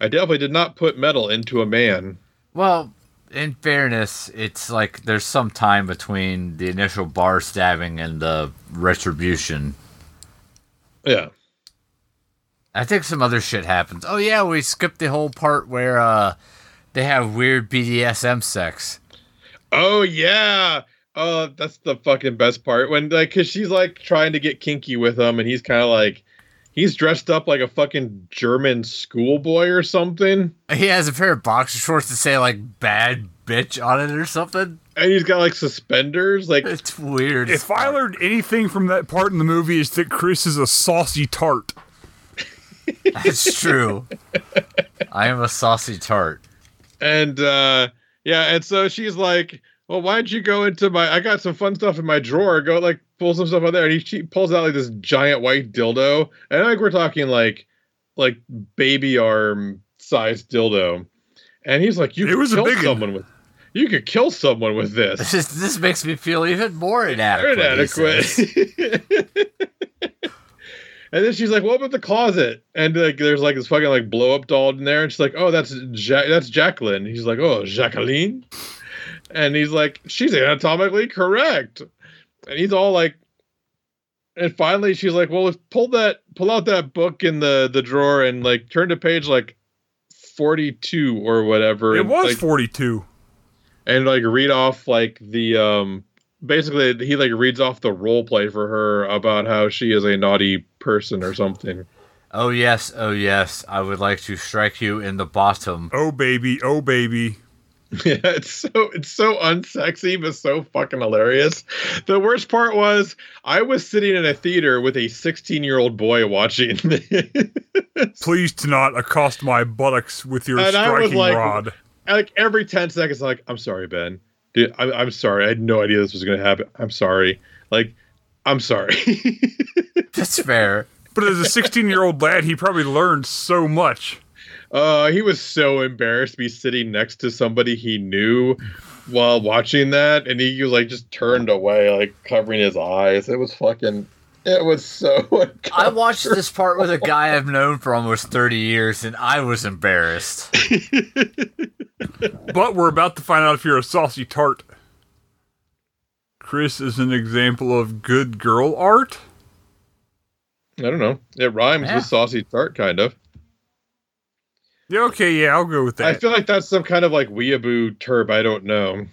C: I definitely did not put metal into a man.
A: Well, in fairness, it's like there's some time between the initial bar stabbing and the retribution.
C: Yeah.
A: I think some other shit happens. Oh yeah, we skipped the whole part where uh they have weird BDSM sex.
C: Oh yeah. Oh, that's the fucking best part when like, cause she's like trying to get kinky with him, and he's kind of like, he's dressed up like a fucking German schoolboy or something,
A: He has a pair of boxer shorts that say like "bad bitch" on it or something.
C: and he's got like suspenders. Like,
A: It's weird. as
B: If I
A: fuck.
B: learned anything from that part in the movie, is that Chris is a saucy tart.
A: that's true. I am a saucy tart.
C: and uh, yeah, and so she's like, well, why'd you go into my? I got some fun stuff in my drawer. Go like pull some stuff out there, and he she pulls out like this giant white dildo, and like we're talking like, like baby arm sized dildo, and he's like, you
B: It
C: could
B: was a
C: kill
B: big 'un.
C: someone with, you could kill someone with
A: This
C: this.
A: is, this makes me feel even more inadequate. he
C: Inadequate.
A: says.
C: And then she's like, "What about the closet?" And like, there's like this fucking like blow up doll in there, and she's like, "Oh, that's ja- that's Jacqueline." He's like, "Oh, Jacqueline," and he's like, "She's anatomically correct," and he's all like, and finally she's like, "Well, pull that pull out that book in the the drawer and like turn to page like forty two or whatever."
B: It
C: and,
B: was
C: like,
B: 42.
C: and like read off like the um basically he like reads off the role play for her about how she is a naughty person or something.
A: Oh yes, oh yes. I would like to strike you in the bottom.
B: Oh baby, oh baby.
C: Yeah, it's so it's so unsexy but so fucking hilarious. The worst part was I was sitting in a theater with a 16-year-old boy watching this.
B: Please do not accost my buttocks with your
C: And I was
B: striking
C: like-
B: rod.
C: like every 10 seconds like I'm sorry, Ben. Dude, I'm, I'm sorry. I had no idea this was going to happen. I'm sorry. Like I'm sorry.
A: That's fair.
B: But as a 16 year old lad, he probably learned so much.
C: Uh, he was so embarrassed to be sitting next to somebody he knew while watching that, and he was like just turned away, like covering his eyes. It was fucking. It was so.
A: I watched this part with a guy I've known for almost 30 years and I was embarrassed.
B: But we're about to find out if you're a saucy tart. Chris is an example of good girl art.
C: I don't know. It rhymes
A: Yeah.
C: with saucy tart, kind of.
B: Yeah, okay, yeah, I'll go with
C: I
B: that.
C: feel like that's some kind of like weeaboo term. I don't know.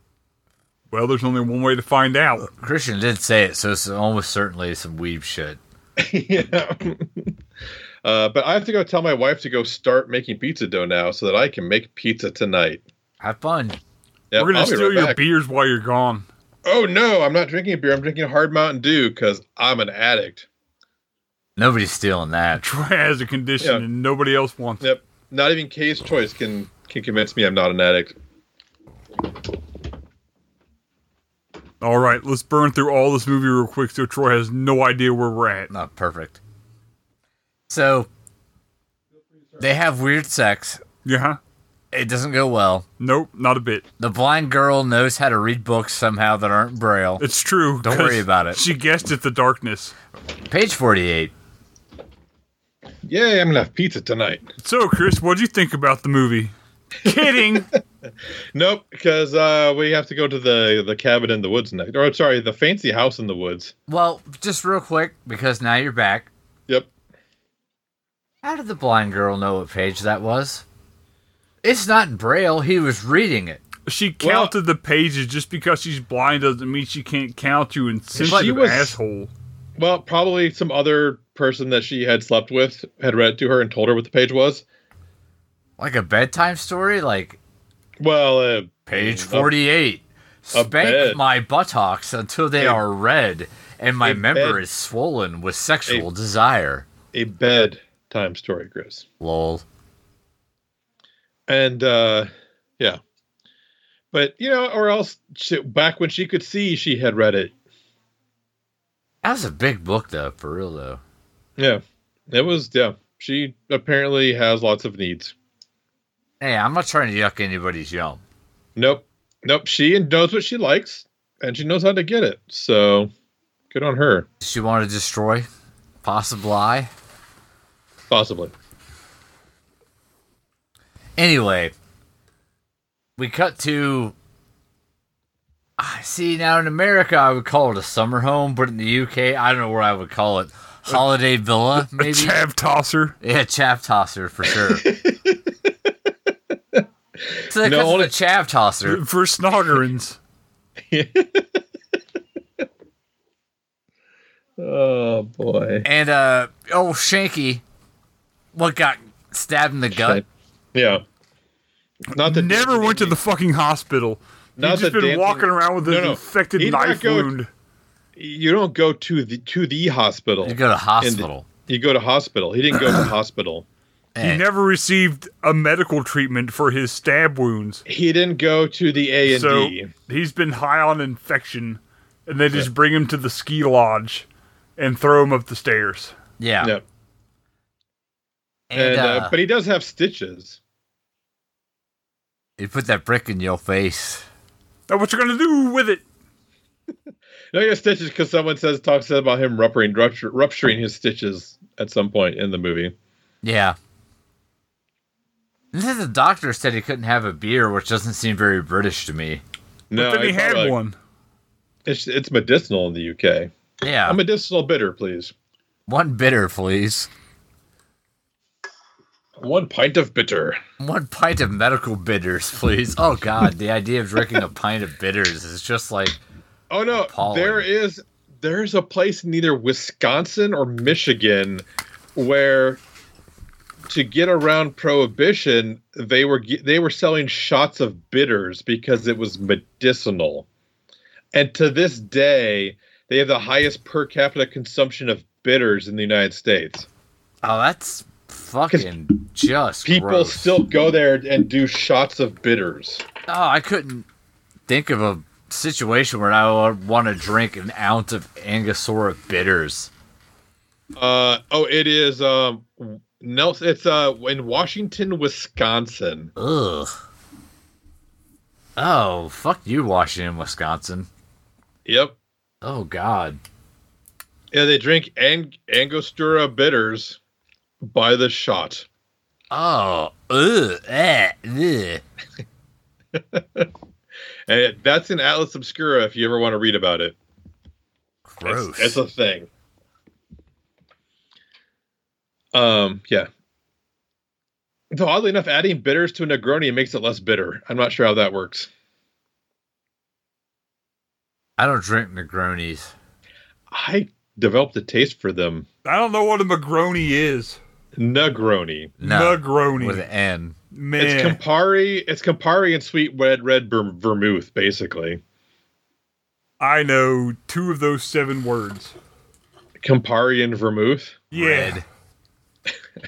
B: well, there's only one way to find out.
A: Christian did say it, so it's almost certainly some weeb shit.
C: yeah. Uh, but I have to go tell my wife to go start making pizza dough now so that I can make pizza tonight.
A: Have fun.
C: Yep,
B: we're gonna
C: I'll be
B: steal
C: right
B: your
C: back.
B: beers while you're gone.
C: Oh no, I'm not drinking beer. I'm drinking hard Mountain Dew because I'm an addict.
A: Nobody's stealing that.
B: Troy has a condition
C: Yeah.
B: and nobody else wants it.
C: Yep. Not even Kay's choice can can convince me I'm not an addict.
B: All right, let's burn through all this movie real quick so Troy has no idea where we're at.
A: Not perfect. So they have weird sex.
B: Yeah, huh?
A: It doesn't go well.
B: nope, not a bit.
A: The blind girl knows how to read books somehow that aren't braille.
B: It's true.
A: Don't worry
B: 'cause
A: about it.
B: She guessed at the darkness.
A: Page 48.
C: Yay, I'm gonna have pizza tonight.
B: So, Chris, what'd you think about the movie? Kidding.
C: Nope, because uh, we have to go to the the cabin in the woods next. Or sorry, the fancy house in the woods.
A: Well, just real quick, because now you're back.
C: Yep.
A: How did the blind girl know what page that was? It's not braille. He was reading it.
B: She
C: Well-
B: counted the pages just because she's blind doesn't mean she can't count you
C: She
B: insensitive
C: was-
B: asshole.
C: Well, probably some other person that she had slept with had read it to her and told her what the page was.
A: Like a bedtime story? Like
C: Well, uh,
A: page
C: a-
A: 48.
C: a
A: Spank
C: bed.
A: my buttocks until they
C: A-
A: are red and my
C: a
A: member
C: bed.
A: is swollen with sexual desire.
C: a bedtime story, Chris.
A: Lol.
C: and uh yeah but you know or else she, back when she could see she had read it
A: That was a big book, though, for real, though.
C: Yeah. It was, yeah. She apparently has lots of needs.
A: Hey, I'm not trying to yuck anybody's yum.
C: Nope. Nope. She knows what she likes and she knows how to get it. So good on her.
A: Does she want to destroy? Possibly.
C: Possibly.
A: Anyway, we cut to. I see now in America I would call it a summer home, but in the UK I don't know where I would call it. Holiday villa,
B: A
A: maybe.
B: chav tosser.
A: Yeah, chaff tosser for sure. so they
C: No,
A: no,
C: only-
A: a chaff tosser.
B: For snoggerins.
C: Oh boy.
A: And uh oh Shanky what got stabbed in the gut.
C: Yeah. Not that
B: Never went to the fucking hospital.
C: Not
B: He's just
C: that
B: been
C: Danton-
B: walking around with an
C: No, no.
B: infected
C: He'd not
B: knife
C: go-
B: wound.
C: you don't go to the to the hospital.
A: You go to hospital.
C: You go to hospital. He didn't go to hospital.
A: Eh.
B: He never received a medical treatment for his stab wounds.
C: He didn't go to the A and
B: So
C: D.
B: he's been high on infection, and they just bring him to the ski lodge and throw him up the stairs.
A: yeah.
C: Yeah.
A: And,
C: And, uh,
A: uh,
C: but he does have stitches.
A: you put that brick in your face.
B: Now, what you gonna do with it?
C: No, he has stitches because someone says talks about him rupturing rupture, rupturing his stitches at some point in the movie.
A: Yeah. And then the doctor said he couldn't have a beer, which doesn't seem very British to me.
C: No,
B: but then he had
C: probably-
B: one.
C: It's, it's medicinal in the UK.
A: Yeah.
C: A medicinal bitter, please.
A: One bitter, please.
C: One pint of bitter.
A: One pint of medical bitters, please. Oh god, the idea of drinking a pint of bitters is just like
C: Oh no,
A: Appalling.
C: there is there's a place in either Wisconsin or Michigan where to get around prohibition, they were ge- they were selling shots of bitters because it was medicinal. And to this day, they have the highest per capita consumption of bitters in the United States.
A: oh that's fucking just
C: People
A: gross.
C: still go there and do shots of bitters.
A: Oh, I couldn't think of a situation where I would want to drink an ounce of Angostura bitters.
C: Uh, oh, it is um, Nelson. It's uh, in Washington, Wisconsin.
A: Ugh. Oh, fuck you, Washington, Wisconsin.
C: Yep.
A: Oh God.
C: Yeah, they drink Ang- Angostura bitters by the shot.
A: Oh, ugh, eh, ugh.
C: And it- that's in Atlas Obscura if you ever want to read about it. It's-
A: gross.
C: It's, a thing. Um, yeah. Though oddly enough, adding bitters to a Negroni makes it less bitter. I'm not sure how that works.
A: I don't drink Negronis.
C: I developed a taste for them.
B: I don't know what a Negroni is.
C: Negroni.
A: No,
B: Negroni.
A: with an N.
B: Man.
C: It's Campari. It's Campari and sweet red red ver- vermouth, basically.
B: I know two of those seven words.
C: Campari and vermouth.
B: Yeah.
A: Red.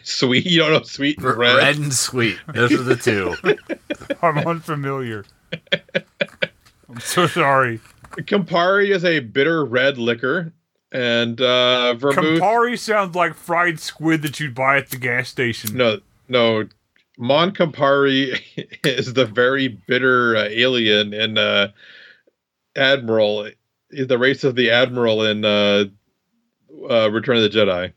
C: Sweet. You don't know sweet
A: R-
C: red.
A: Red. and sweet. Those are the two.
B: I'm unfamiliar. I'm so sorry.
C: Campari is a bitter red liquor, and uh, vermouth.
B: Campari sounds like fried squid that you'd buy at the gas station.
C: no, no. Mon Campari is the very bitter uh, alien in uh, Admiral, the race of the Admiral in uh, uh, Return of the Jedi.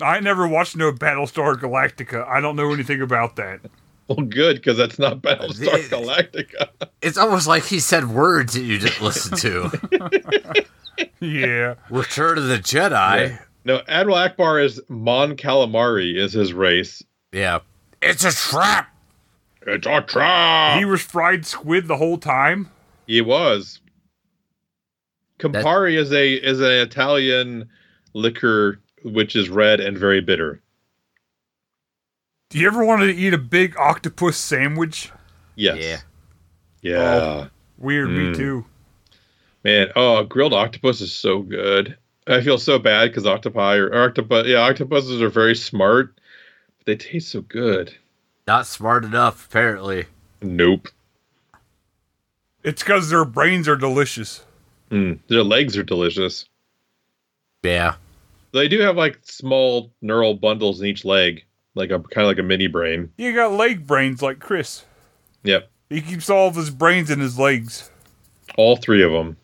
B: I never watched no Battlestar Galactica. I don't know anything about that.
C: Well, good because that's not Battlestar
A: This-
C: Galactica.
A: It's almost like he said words that you didn't listen to.
B: Yeah.
A: Return of the Jedi.
C: No, Admiral Akbar is Mon Calamari is his race.
A: yeah. It's a trap.
C: It's a trap.
B: He was fried squid the whole time.
C: He was. Campari is a is an Italian liquor which is red and very bitter.
B: Do you ever want to eat a big octopus sandwich?
C: Yes. Yeah. Yeah.
B: Weird,
C: Mm.
B: me too.
C: Man, oh, grilled octopus is so good. I feel so bad because octopi or, or octopus, yeah, octopuses are very smart, but they taste so good.
A: Not smart enough, apparently.
C: Nope.
B: It's because their brains are delicious.
C: Mm. Their legs are delicious.
A: Yeah.
C: They do have like small neural bundles in each leg, like a kind of like a mini brain.
B: You got leg brains like Chris.
C: Yep,
B: He keeps all of his brains in his legs.
C: all three of them.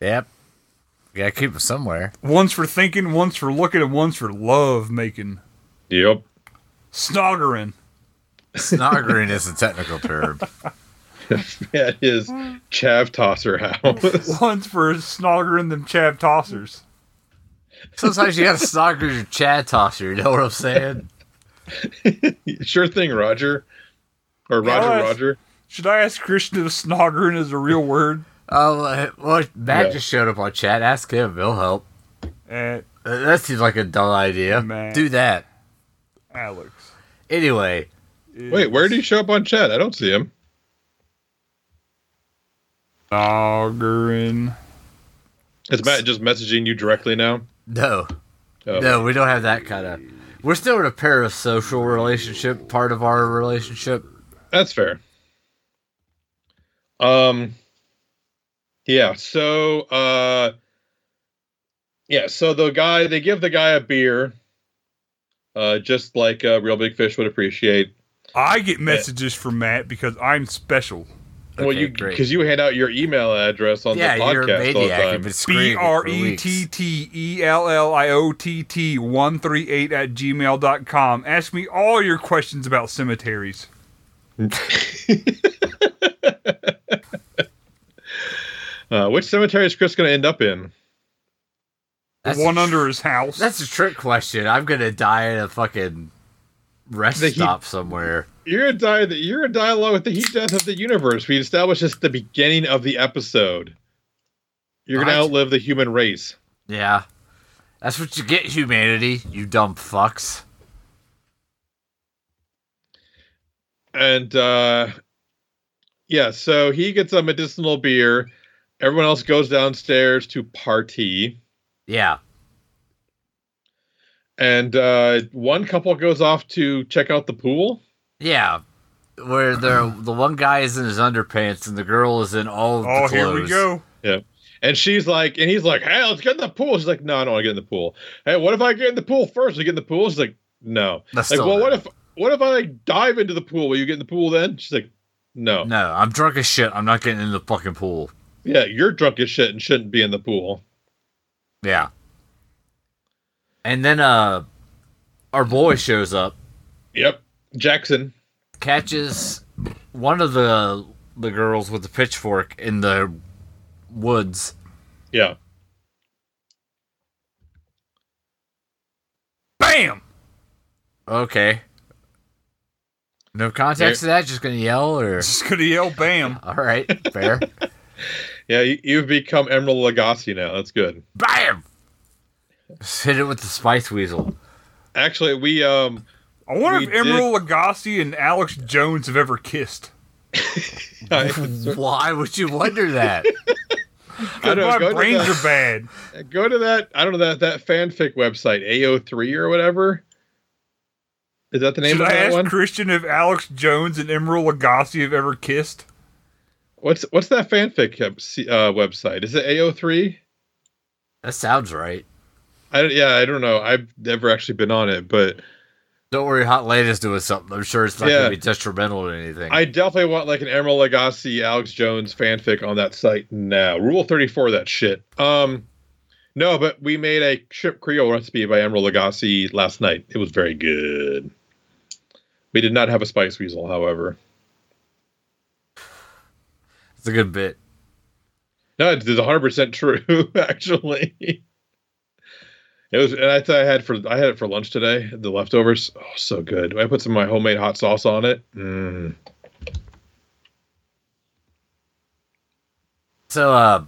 A: Yep. Gotta keep them somewhere.
B: One's for thinking, one's for looking, and one's for love making.
C: Yep.
B: Snoggering.
A: Snoggering is a technical term.
C: That is Chav Tosser House.
B: One's for snoggering them chav tossers.
A: Sometimes you gotta snogger your Chad tosser, you know what I'm saying?
C: sure thing, Roger. Or Roger,
B: Yes.
C: Roger.
B: Should I ask Christian if snoggering is a real word?
A: Oh, uh, well, Matt
C: Yeah.
A: just showed up on chat. Ask him, he'll help.
B: At
A: Uh, That seems like a dull idea.
B: Matt.
A: Do that.
B: Alex.
A: Anyway,
C: Wait, where did he show up on chat? I don't see him.
B: Snoggering.
C: Is Matt just messaging you directly now?
A: no.
C: Oh.
A: No, we don't have that kind of. We're still in a parasocial relationship, part of our relationship.
C: That's fair. Um yeah, so uh yeah, so the guy they give the guy a beer uh just like uh, real big fish would appreciate.
B: I get messages from Matt because I'm special.
C: well,
A: Okay,
C: you
A: great.
C: cuz you hand out your email address on
A: yeah,
C: the podcast
A: you're a
C: all the
A: maniac.
C: time.
A: You've been screaming
B: B
A: it
B: R
A: for
B: E T
A: weeks.
B: T E L L I O T T 138 at gmail.com. Ask me all your questions about cemeteries.
C: Uh, which cemetery is Chris going to end up in?
B: The
A: That's
B: one
A: a-
B: under his house.
A: That's a trick question. I'm gonna die in a fucking rest
C: The heat-
A: stop somewhere.
C: You're a di- You're a dialogue with the heat death of the universe. We established this at the beginning of the episode. You're going to
A: What?
C: outlive the human race.
A: Yeah, that's what you get, humanity. You dumb fucks.
C: and uh yeah so he gets a medicinal beer everyone else goes downstairs to party
A: Yeah,
C: and uh one couple goes off to check out the pool
A: yeah. Where the the one guy is in his underpants and the girl is in all of the
B: oh,
A: clothes.
B: here we go.
C: and she's like and he's like hey let's get in the pool she's like no i don't want to get in the pool hey what if i get in the pool first we get in the pool she's like no
A: That's
C: like
A: still
C: well what
A: bad.
C: if what if i like, dive into the pool will you get in the pool then she's like no
A: No, I'm drunk as shit. I'm not getting in the fucking pool.
C: yeah you're drunk as shit and shouldn't be in the pool
A: Yeah. And then uh, our boy shows up.
C: yep jackson
A: catches one of the the girls with the pitchfork in the woods.
C: yeah
B: Bam!
A: Okay. No context to that, just gonna yell or
B: Just gonna yell bam.
A: all right, fair.
C: yeah you, you've become emerald lagasse now that's good
A: Bam! Just hit it with the spice weasel.
C: Actually, we um
B: I wonder
C: We
B: if Emerald Lagasse and Alex Jones have ever kissed.
C: I,
A: Why would you wonder that?
C: I don't know,
B: My
C: go, to
B: brains
C: that,
B: are bad.
C: go to that I don't know that that fanfic website AO3 or whatever. Is that the name
B: Should
C: of
B: I
C: that
B: ask
C: one?
B: Christian if Alex Jones and Emerald Lagasse have ever kissed?
C: what's what's that fanfic uh, c- uh, website? Is it AO3?
A: That sounds right.
C: I don't- yeah, I don't know. I've never actually been on it, but
A: Don't worry, Hot Ladies doing something. I'm sure it's not
C: Yeah.
A: gonna be detrimental to anything.
C: I definitely want like an Emerald Lagasse Alex Jones fanfic on that site now. Rule 34 that shit. Um no, but we made a shrimp creole recipe by Emerald Lagasse last night. It was very good. We did not have a spice weasel, however.
A: It's a good bit.
C: No, it's one hundred percent true. Actually, it was, and I thought I had for I had it for lunch today. The leftovers, oh, so good. I put some of my homemade hot sauce on it. Mm.
A: So uh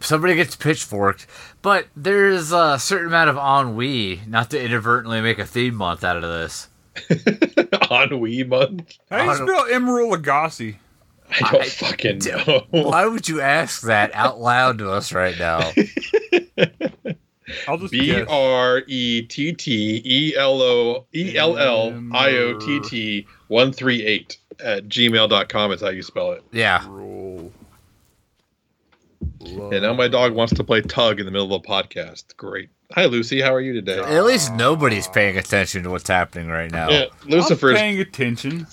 A: somebody gets pitchforked, but there's a certain amount of ennui not to inadvertently make a theme month out of this.
C: Ennui month.
B: How do you
A: I don't-
B: spell Emerald Lagasse?
C: I don't
A: I
C: fucking
A: don't-
C: know.
A: Why would you ask that out loud to us right now?
B: I'll just
C: B
B: guess.
C: R E T T E L O E L L I O T T one three eight at gmail.com is how you spell it.
A: Yeah.
B: Roll.
C: And now my dog wants to play tug in the middle of a podcast. Great. Hi, Lucy. How are you today?
A: At least nobody's paying attention to what's happening right now.
C: yeah,
B: I'm
C: Lucifer's.
B: paying attention.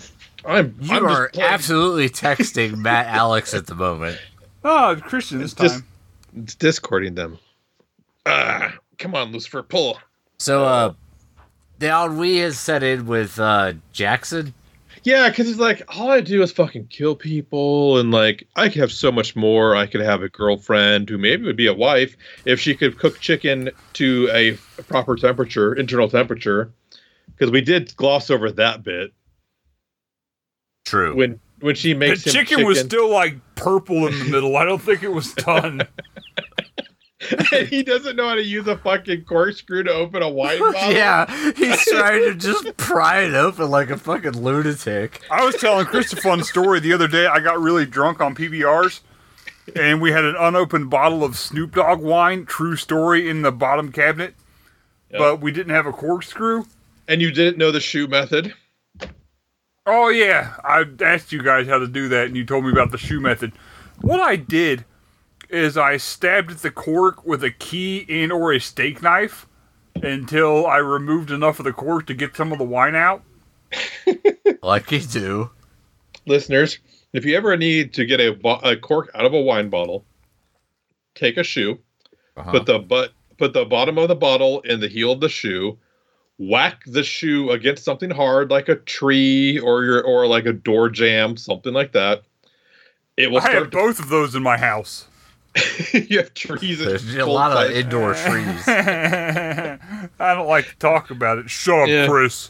C: I'm.
A: You
C: I'm just
A: are
C: playing-
A: absolutely texting Matt Alex at the moment.
B: Oh, Christian this
C: It's just-
B: time.
C: It's discording them. Ah, come on, Lucifer, pull.
A: So, uh, the odd we has set in with uh, Jackson.
C: Yeah, because it's like all I do is fucking kill people, and like I could have so much more. I could have a girlfriend who maybe would be a wife if she could cook chicken to a proper temperature, internal temperature. Because we did gloss over that bit
A: True.
C: when when she
B: The
C: makes him
B: chicken, was still like purple in the middle. I don't think it was done.
C: he doesn't know how to use a fucking corkscrew to open a wine bottle.
A: yeah, he's trying to just pry it open like a fucking lunatic.
B: I was telling Chris a fun story the other day. I got really drunk on PBRs, and we had an unopened bottle of Snoop Dogg wine, true story, in the bottom cabinet.
C: Yeah.
B: But we didn't have a corkscrew.
C: and you didn't know the shoe method.
B: Oh yeah, I asked you guys how to do that, and you told me about the shoe method. What I did is I stabbed at the cork with a key and or a steak knife until I removed enough of the cork to get some of the wine out.
A: Like you do.
C: listeners, if you ever need to get a, bo- a cork out of a wine bottle, take a shoe,
A: Uh-huh.
C: put the butt, put the bottom of the bottle in the heel of the shoe, whack the shoe against something hard like a tree or your or like a door jamb, something like that. It will
B: I have
C: start. To,
B: both of those in my house.
C: you have trees. in
A: There's a
C: full
A: lot of
C: sight.
A: indoor trees.
B: I don't like to talk about it. Shut up,
C: Yeah.
B: Chris.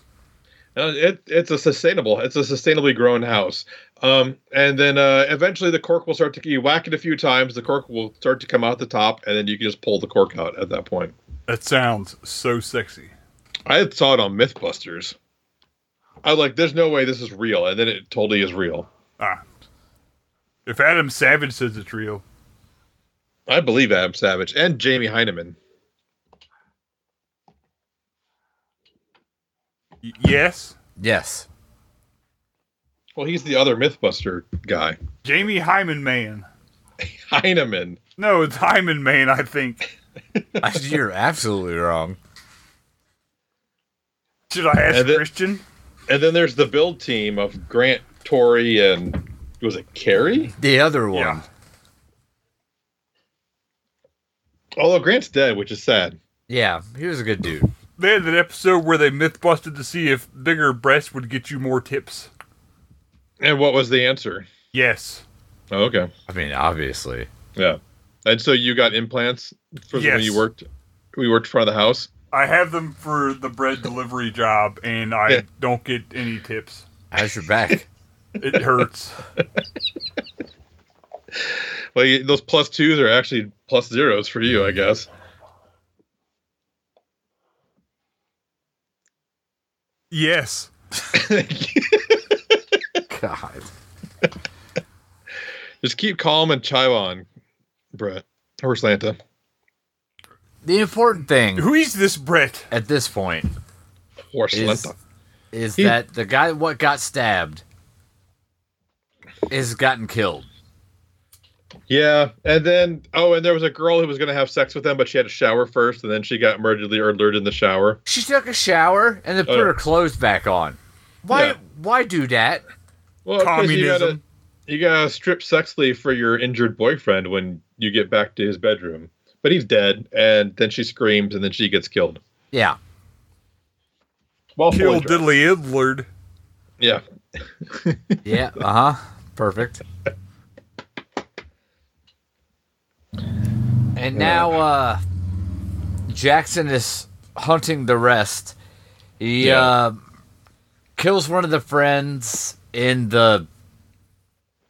C: No, Uh, it, it's a sustainable. It's a sustainably grown house. Um, and then uh, eventually the cork will start to. You whack it a few times. The cork will start to come out the top, and then you can just pull the cork out at that point.
B: That sounds so sexy.
C: I had saw it on MythBusters. I was like, "There's no way this is real," and then it totally is real.
B: Ah. If Adam Savage says it's real,
C: I believe Adam Savage and Jamie Heineman.
B: y- yes.
A: Yes.
C: Well, he's the other MythBuster guy,
B: Jamie Hyman Man.
C: Heineman.
B: No, it's Hyman Man, I think.
A: I- You're absolutely wrong.
B: Should I ask
C: And it-
B: Christian?
C: And then there's the build team of Grant, Tori, and was it Carrie?
A: The other one.
B: Yeah.
C: Although Grant's dead, which is sad.
A: Yeah, he was a good dude.
B: They had an episode where they myth busted to see if bigger breasts would get you more tips.
C: And what was the answer?
B: Yes.
C: Oh, okay,
A: I mean, obviously.
C: yeah. And so you got implants for
B: Yes.
C: when you worked. We worked in front of the house.
B: I have them for the bread delivery job, and I
C: Yeah.
B: don't get any tips.
A: How's your back?
B: It hurts.
C: Like those plus twos are actually plus zeros for you, I guess.
B: yes.
A: God.
C: Just keep calm and chive on, Brett or Slanta.
A: The important thing
B: Who is this Brett?
A: at this point
C: Or
A: is,
C: Slanta.
A: is
C: He-
A: that the guy what got stabbed is gotten killed.
C: Yeah, and then oh, and there was a girl who was going to have sex with him, but she had to shower first, and then she got murdered or lured in the shower.
A: She took a shower and then put
C: Oh.
A: her clothes back on. Why
C: Yeah.
A: why do that?
C: Well, 'cause you gotta
B: Communism.
C: you gotta strip sexually for your injured boyfriend when you get back to his bedroom. But he's dead, and then she screams, and then she gets killed.
A: Yeah.
C: Well, fully
B: Kill
C: dressed.
B: Diddly Idlard.
C: yeah,
A: Yeah. Uh-huh. Perfect. And now uh Jackson is hunting the rest. He
C: Yeah.
A: uh kills one of the friends in the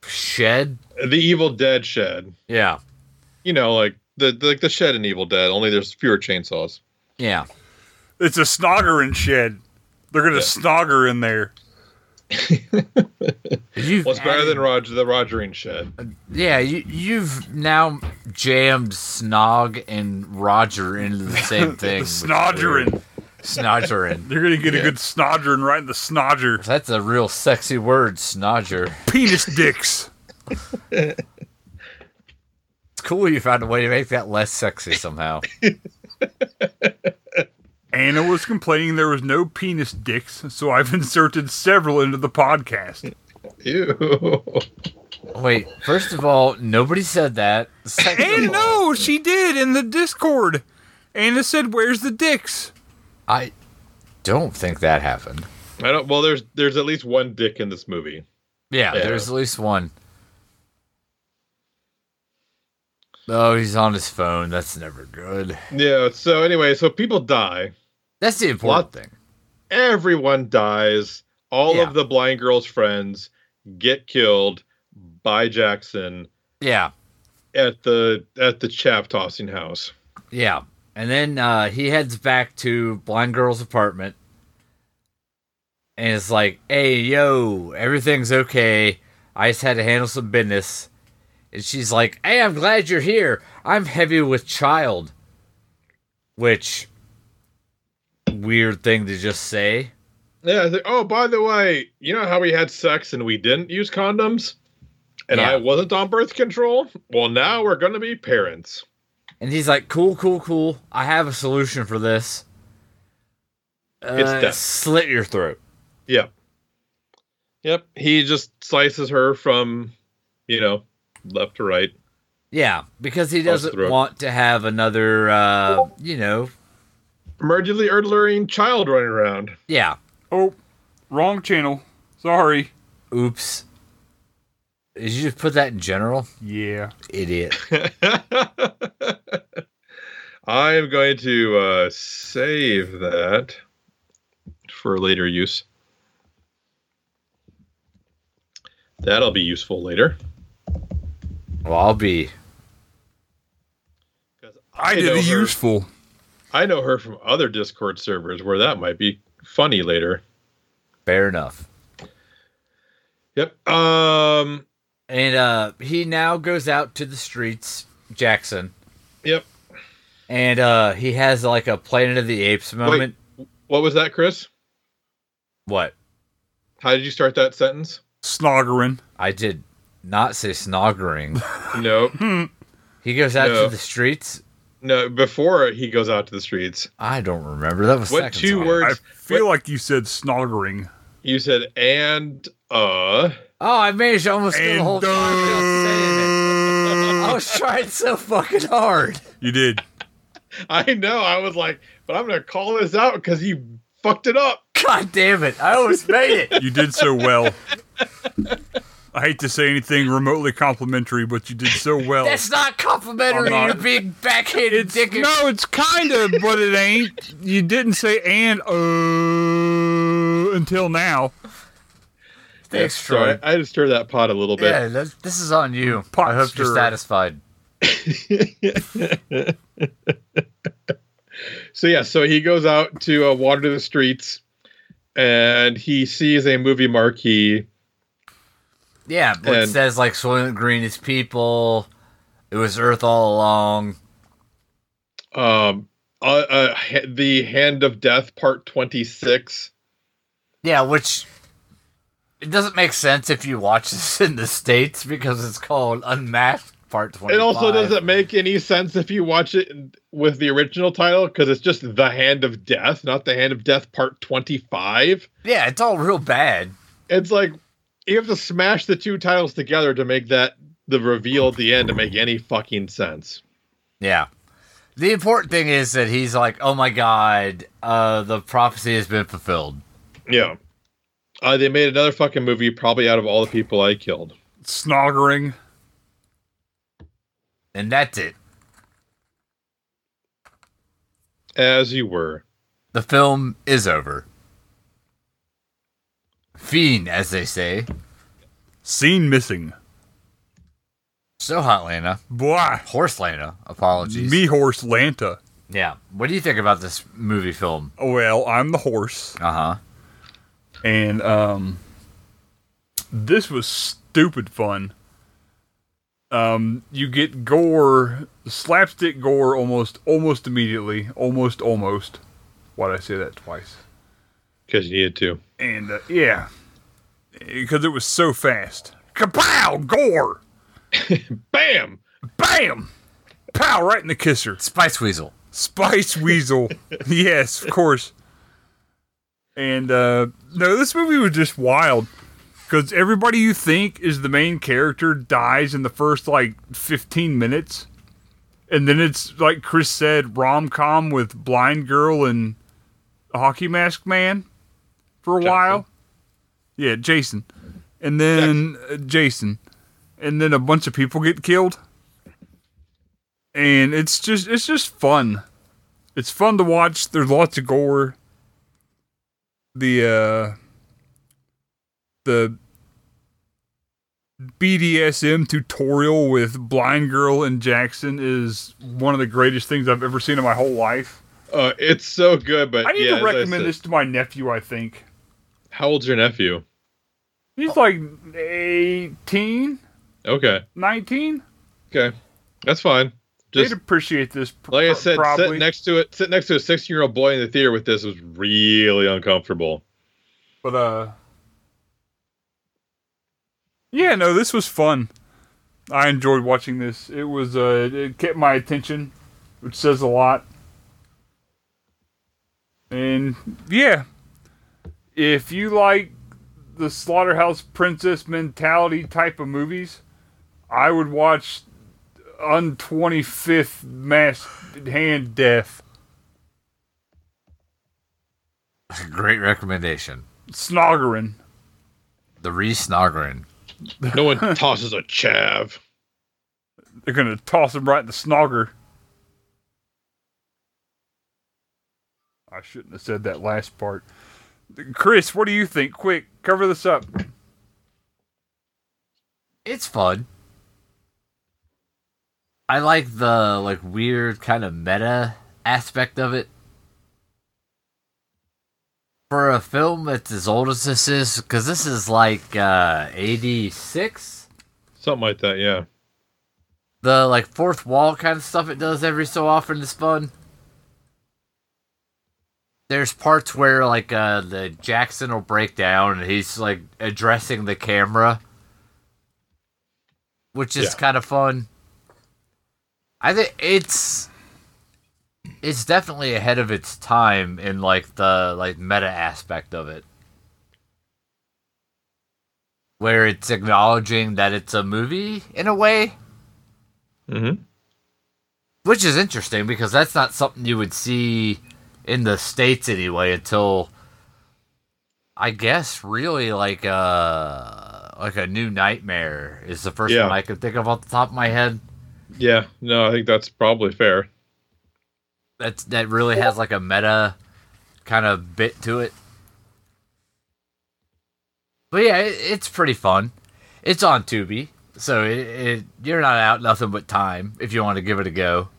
A: shed.
C: the Evil Dead shed.
A: Yeah.
C: You know, like the like the shed in Evil Dead. Only there's fewer chainsaws.
A: Yeah.
B: It's a snoggering shed. They're gonna snogger in there.
A: You've
C: Well, it's better
A: added-
C: than Roger the Rogering shed.
A: Yeah, you, you've now jammed Snog and Roger into the same
B: The
A: thing. which is weird.
B: snoggering.
A: Snoggering.
B: They're gonna get
C: Yeah.
B: a good snoggering right in the snodger.
A: That's a real sexy word, snodger.
B: Penis dicks.
A: It's cool you found a way to make that less sexy somehow.
B: Anna was complaining there was no penis dicks, so I've inserted several into the podcast.
C: Ew.
A: Wait, first of all, nobody said that. Second of
B: And
A: all-
B: no, she did in the Discord. Anna said, "Where's the dicks?"
A: I don't think that happened.
C: I don't. Well, there's there's at least one dick in this movie.
A: Yeah,
C: Yeah.
A: there's at least one. Oh, he's on his phone. That's never good.
C: Yeah. So anyway, so people die.
A: That's the important
C: What?
A: thing.
C: Everyone dies. All
A: Yeah.
C: of the blind girl's friends get killed by Jackson
A: Yeah,
C: at the at the chap tossing house.
A: yeah. And then uh, he heads back to Blind Girl's apartment and it's like, hey, yo, everything's okay. I just had to handle some business. And she's like, hey, I'm glad you're here. I'm heavy with child. Which, weird thing to just say.
C: Yeah. it's like, oh, by the way, you know how we had sex and we didn't use condoms, and
A: Yeah.
C: I wasn't on birth control. Well, now we're gonna be parents.
A: And he's like, "Cool, cool, cool. I have a solution for this. Uh,
C: It's death.
A: slit your throat."
C: Yep. Yep. He just slices her from, you know, left to right.
A: Yeah, because he doesn't
C: throat.
A: want to have another, uh, you know,
C: Emergently erdlering child running around.
A: yeah.
B: Oh, wrong channel. Sorry.
A: Oops. Did you just put that in general,
B: Yeah.
A: idiot?
C: I am going to uh, save that for later use. That'll be useful later.
A: Well, I'll be.
C: 'Cause
B: I did
C: know
B: a
C: her-
B: useful.
C: I know her from other Discord servers where that might be funny later.
A: Fair enough.
C: Yep. Um.
A: And uh, he now goes out to the streets, Jackson,
C: Yep.
A: and uh, he has like a Planet of the Apes moment.
C: What was that, Chris?
A: What?
C: How did you start that sentence?
B: Snoggering.
A: I did not say snoggering.
C: No,
A: Hmm. He goes out
C: No.
A: to the streets.
C: no. Before he goes out to the streets,
A: I don't remember. That was
C: What
A: seconds
C: two
A: ago.
B: I
C: words?
B: feel like you said snoggering.
C: You said and uh.
A: Oh, I managed to almost do the whole
B: And, uh,
A: time without saying it. I was trying so fucking hard.
B: You did.
C: I know. I was like, but I'm gonna call this out because you fucked it up.
A: God damn it! I almost made it.
B: You did so well. I hate to say anything remotely complimentary, but you did so well.
A: That's not complimentary
C: Oh,
B: I'm
A: to
B: not-
A: being backhanded
B: It's-
A: dickish.
B: no, it's kind of, but it ain't. You didn't say and uh until now.
A: Thanks,
C: Sorry,
A: Troy.
C: I just stirred that pot a little
A: Yeah,
C: bit.
A: that, this is on you.
B: Pot
A: I hope you're
B: stirrer.
A: satisfied.
C: So yeah, so he goes out to uh, wander the streets, and he sees a movie marquee.
A: Yeah, but it
C: And-
A: says like Soylent Green is people. It was Earth all along.
C: Um, uh, uh, ha- the Hand of Death, Part Twenty Six.
A: Yeah, which it doesn't make sense if you watch this in the states because it's called Unmasked Part Twenty.
C: It also doesn't make any sense if you watch it with the original title because it's just The Hand of Death, not The Hand of Death Part 25.
A: Yeah, it's all real bad.
C: It's like you have to smash the two titles together to make that the reveal at the end to make any fucking sense.
A: Yeah. The important thing is that he's like, oh my god, uh, the prophecy has been fulfilled.
C: Yeah. Uh, they made another fucking movie probably out of all the people I killed.
B: Snoggering.
A: And that's it.
C: As you were.
A: The film is over. Fiend, as they say.
B: Scene missing.
A: So hot, Lana.
B: Boy.
A: Horse Lana. Apologies.
B: Me horse Lanta.
A: Yeah. What do you think about this movie film?
B: Well, I'm the horse.
A: Uh huh.
B: and um, this was stupid fun. Um, you get gore, slapstick gore, almost, almost immediately, almost, almost. Why would I say that twice?
C: Because you needed to.
B: And uh, yeah, because it was so fast. Kapow! Gore!
C: Bam!
B: Bam! Pow! Right in the kisser.
A: Spice Weasel.
B: Spice Weasel. yes, of course. And uh no, this movie was just wild because everybody you think is the main character dies in the first like 15 minutes. And then it's like Chris said, rom com with Blind Girl and Hockey Mask Man for a
C: Jackson.
B: while. Yeah, Jason. And then uh, Jason. And then a bunch of people get killed and it's just it's just fun. It's fun to watch. There's lots of gore. The uh the BDSM tutorial with Blind Girl and Jackson is one of the greatest things I've ever seen in my whole life.
C: Uh, it's so good, but
B: I need
C: yeah,
B: to
C: as I
B: recommend
C: said-
B: this to my nephew, I think.
C: How old's your nephew?
B: He's like 18,
C: Okay,
B: 19.
C: okay, that's fine. Just
B: They'd appreciate this. pr-
C: like I said,
B: Uh, probably.
C: sitting next to it, sitting next to a sixteen-year-old boy in the theater with this was really uncomfortable.
B: But uh Yeah, no, this was fun. I enjoyed watching this. It was uh it kept my attention, which says a lot. And yeah. If you like the slaughterhouse princess mentality type of movies, I would watch on 25th mass hand death.
A: Great recommendation.
B: Snoggering.
A: The Re-Snoggering.
C: No one tosses a chav.
B: They're gonna toss him right in the snogger. I shouldn't have said that last part. Chris, what do you think? Quick, cover this up.
A: It's fun. I like the like weird kind of meta aspect of it. For a film that's as old as this is, because this is like uh, 86?
C: Something like that, yeah.
A: the like fourth wall kind of stuff it does every so often is fun. There's parts where like uh the Jackson will break down and he's like addressing the camera. Which is
C: Yeah.
A: kind of fun. I think it's it's definitely ahead of its time in like the like meta aspect of it. Where it's acknowledging that it's a movie in a way.
C: Mm-hmm.
A: Which is interesting because that's not something you would see in the states anyway until I guess really like uh like a new nightmare is the first
C: Yeah.
A: one I could think of off the top of my head.
C: Yeah, no, I think that's probably fair.
A: That's that really has like a meta kind of bit to it. But yeah, it, it's pretty fun. It's on Tubi, so it, it you're not out nothing but time if you want to give it a go.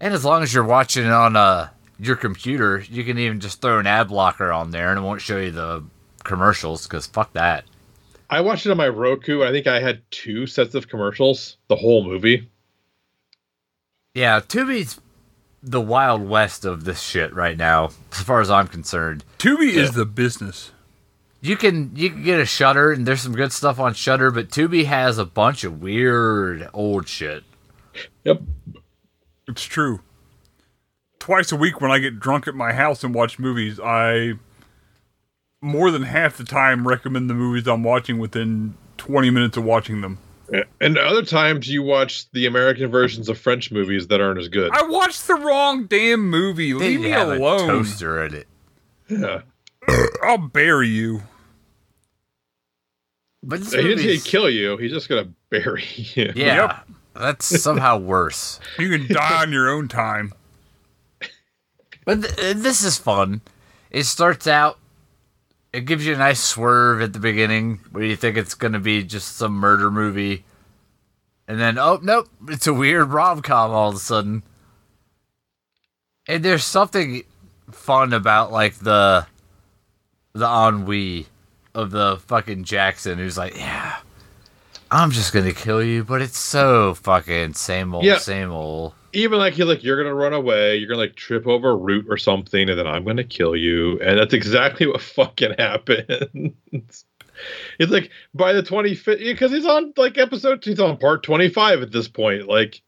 A: And as long as you're watching it on uh, your computer, you can even just throw an ad blocker on there, and it won't show you the commercials because fuck that.
C: I watched it on my Roku. and I think I had two sets of commercials the whole movie.
A: Yeah, Tubi's the wild west of this shit right now, as far as I'm concerned.
B: Tubi
C: Yeah.
B: is the business.
A: you can you can get a shutter and there's some good stuff on shutter but tubi has a bunch of weird old shit
C: Yep.
B: It's true. Twice a week when I get drunk at my house and watch movies, I more than half the time recommend the movies I'm watching within 20 minutes of watching them.
C: And other times you watch the American versions of French movies that aren't as good.
B: I watched the wrong damn movie.
A: They
B: Leave me
A: have a
B: alone.
A: toaster in it
C: Yeah.
B: I'll bury you.
A: but this
C: He didn't say
A: movie's-
C: he'd kill you. He's just gonna bury you.
A: yeah
B: Yep.
A: that's somehow worse
B: You can die on your own time.
A: but th- this is fun it starts out it gives you a nice swerve at the beginning where you think it's going to be just some murder movie and then oh nope it's a weird rom-com all of a sudden and there's something fun about like the the ennui of the fucking jackson who's like yeah i'm just gonna kill you but it's so fucking same old
C: Yeah.
A: same old
C: Even like he like you're gonna run away. You're gonna like trip over a root or something, and then I'm gonna kill you. And that's exactly what fucking happened. It's like by the 25th, because he's on like episode, he's on part 25 at this point. Like,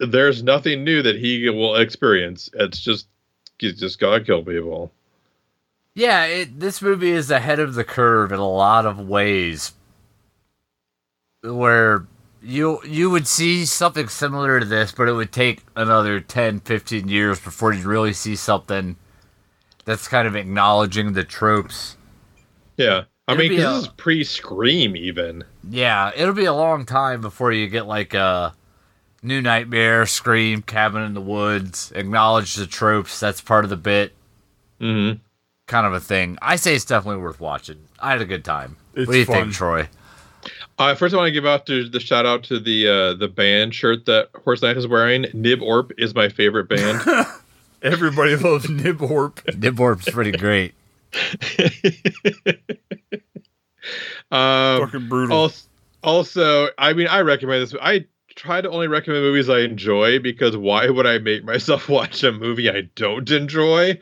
C: there's nothing new that he will experience. It's just, he's just gotta kill people.
A: Yeah, it, this movie is ahead of the curve in a lot of ways, where you you would see something similar to this, but it would take another 10, 15 years before you really see something that's kind of acknowledging the tropes.
C: Yeah. I
A: It'll
C: mean,
A: be
C: 'cause
A: a-
C: this is pre Scream, even.
A: Yeah, it'll be a long time before you get like a New Nightmare, Scream, Cabin in the Woods, acknowledge the tropes. That's part of the bit,
C: hmm
B: Mm-hmm.
A: kind of a thing. I say it's definitely worth watching. I had a good time.
B: It's
A: what do you
B: fun.
A: think, Troy?
C: Uh, first, I want to give out to the shout out to the uh, the band shirt that Horse Knife is wearing. Nib Orp is my favorite band.
B: Everybody loves Nibhorp.
A: Nibborp's pretty great.
C: um,
B: Fucking brutal.
C: also, also, I mean, I recommend this. I try to only recommend movies I enjoy because why would I make myself watch a movie I don't enjoy?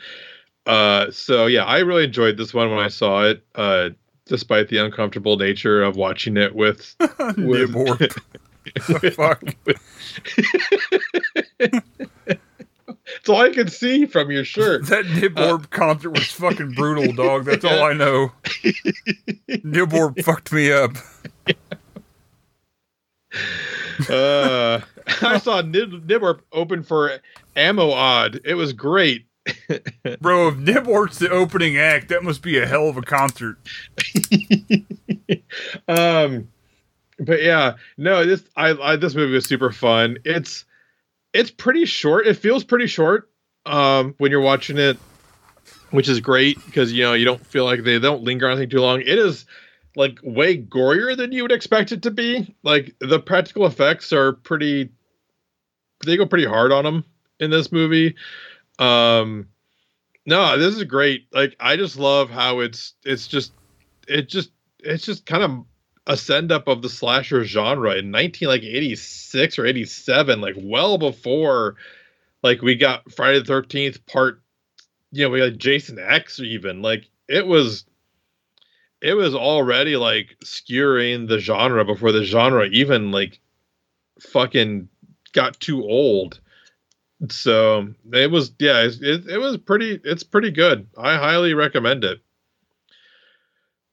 C: Uh, so yeah, I really enjoyed this one when I saw it, uh, despite the uncomfortable nature of watching it with with-
B: Nibhorp. Fuck.
C: It's all I could see from your shirt.
B: That
C: Uh,
B: Nibhorp concert was fucking brutal, dog. That's all I know. Nibhorp fucked me up.
C: Uh, I saw Nib- Nibber open for Ammo Odd. It was great.
B: Bro, if Nibhorp's the opening act, that must be a hell of a concert.
C: Um, but yeah, no, this I, I this movie was super fun. It's it's pretty short. It feels pretty short um, when you're watching it, which is great because you know you don't feel like they don't linger on anything too long. It is like way gorier than you would expect it to be. Like the practical effects are pretty. They go pretty hard on them in this movie. Um, no, this is great. Like I just love how it's it's just it just it's just kind of a send up of the slasher genre in 19 like 86 or 87 like well before like we got friday the 13th part you know we got jason x even like it was it was already like skewering the genre before the genre even like fucking got too old so it was yeah it, it, it was pretty it's pretty good i highly recommend it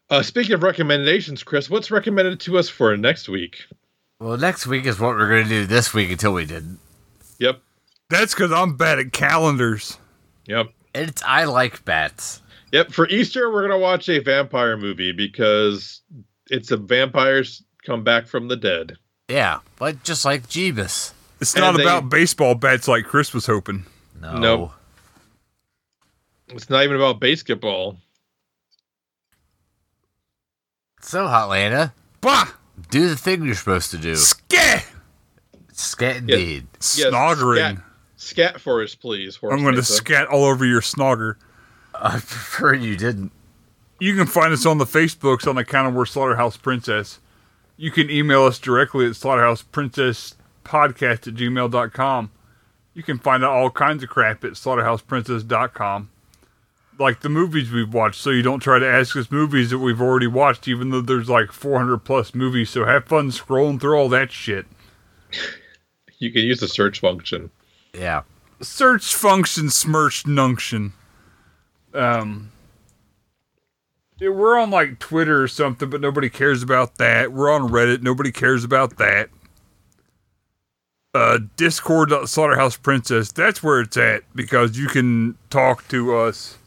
C: uh, speaking of recommendations, Chris, what's recommended to us for next week?
A: Well, next week is what we're going to do this week until we didn't.
C: Yep,
B: That's because I'm bad at calendars.
C: yep,
A: It's I like bats.
C: yep. For Easter, we're gonna watch a vampire movie because it's a vampires come back from the dead.
A: Yeah, but just like Jeebus.
B: It's
C: And
B: not
C: they-
B: about baseball bats like Chris was hoping.
A: No.
C: Nope. It's not even about basketball.
A: So, Hotlanta,
B: Bah!
A: do the thing you're supposed to do.
B: Skeh!
A: Scat indeed.
B: Snoggering.
C: Scat, scat for us, please. Horace
B: I'm going to
C: Mesa.
B: scat all over your snogger.
A: I prefer you didn't.
B: You can find us on the Facebooks on the account of We're Slaughterhouse Princess. You can email us directly at slaughterhouseprincesspodcast at gmail.com. You can find out all kinds of crap at slaughterhouseprincess.com. Like the movies we've watched, so you don't try to ask us movies that we've already watched, even though there's like 400 plus movies. So have fun scrolling through all that shit.
C: You can use the search function.
A: Yeah.
B: search function smirch nunction. Um, yeah, we're on like Twitter or something, but nobody cares about that. We're on Reddit, nobody cares about that. Uh, Discord Slaughterhouse Princess, that's where it's at because you can talk to us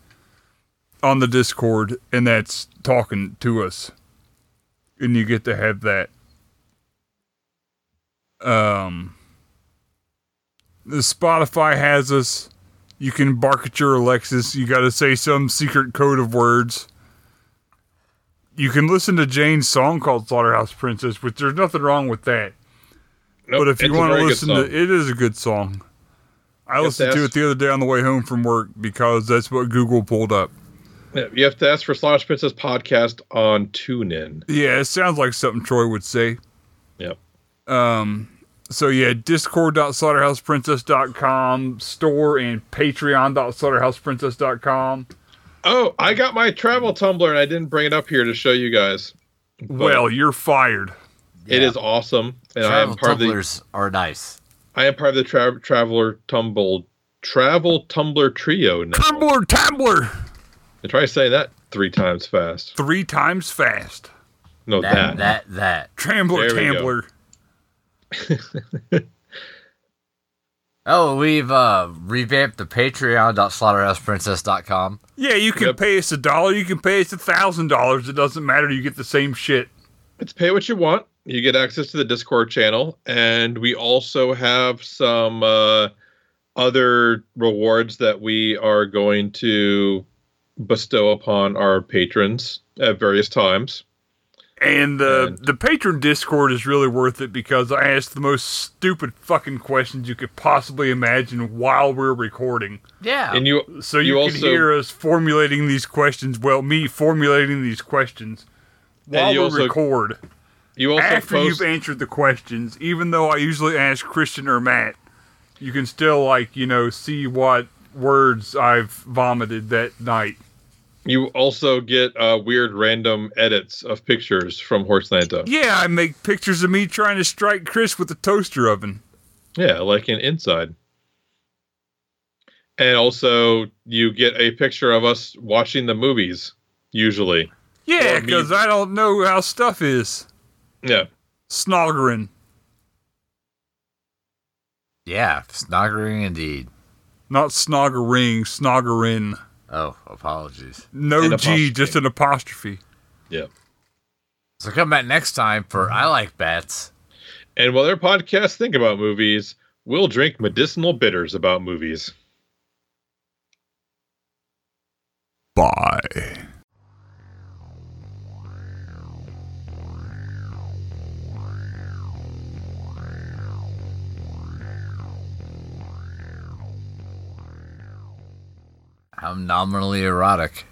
B: on the Discord, and that's talking to us, and you get to have that. Um the Spotify has us. You can bark at your Alexis. You got to say some secret code of words. You can listen to Jane's song called Slaughterhouse Princess, which there's nothing wrong with that.
C: Nope,
B: but if you
C: it's a
B: want to
C: very good
B: listen to
C: song.
B: it is a good song. I
C: Yes,
B: listened to
C: that's-
B: it the other day on the way home from work because that's what Google pulled up.
C: you have to ask for Slash Princess podcast on TuneIn.
B: Yeah, it sounds like something Troy would say.
C: Yep.
B: So yeah, discord.slaughterhouseprincess.com, store and patreon.slaughterhouseprincess.com.
C: Oh, I got my travel tumbler and I didn't bring it up here to show you guys.
B: well, you're fired.
C: It
A: Yeah.
C: is awesome, and I
A: Travel
C: am part of the
A: tumblers are nice.
C: I am part of the tra- traveler tumble travel tumbler trio now.
B: Tumbler, Tumbler,
C: And try saying that three times fast.
B: three times fast.
C: No,
A: That
C: that.
A: that that.
B: Trambler,
C: There we go.
B: Tambler.
A: Oh, we've uh, revamped the Patreon.slaughterhouseprincess.com.
B: Yeah, you can
C: Yep.
B: pay us a dollar. You can pay us a thousand dollars. It doesn't matter. You get the same shit.
C: It's pay what you want. You get access to the Discord channel, and we also have some uh, other rewards that we are going to bestow upon our patrons at various times.
B: And uh,
C: And-
B: the patron Discord is really worth it because I asked the most stupid fucking questions you could possibly imagine while we're recording.
A: Yeah.
C: And you,
B: So you,
C: You
B: can
C: also-
B: hear us formulating these questions. Well, me formulating these questions while we
C: you also-
B: record
C: you also
B: after
C: post.
B: you've answered the questions. Even though I usually ask Christian or Matt, you can still like you know see what words I've vomited that night.
C: You also get uh, weird random edits of pictures from Horselanta.
B: Yeah, I make pictures of me trying to strike Chris with a toaster oven.
C: Yeah, like in Inside. And also, you get a picture of us watching the movies, usually.
B: Yeah,
C: Or me-
B: because I don't know how stuff is.
C: Yeah.
B: Snoggering.
A: yeah. Snoggering indeed.
B: Not snoggering, snoggering.
A: Oh, apologies.
B: No
C: An
B: G,
C: apostrophe.
B: just an apostrophe.
C: Yeah.
A: So come back next time for I Like Bats.
C: And while their podcasts think about movies, we'll drink medicinal bitters about movies.
B: Bye.
A: I'm nominally erotic.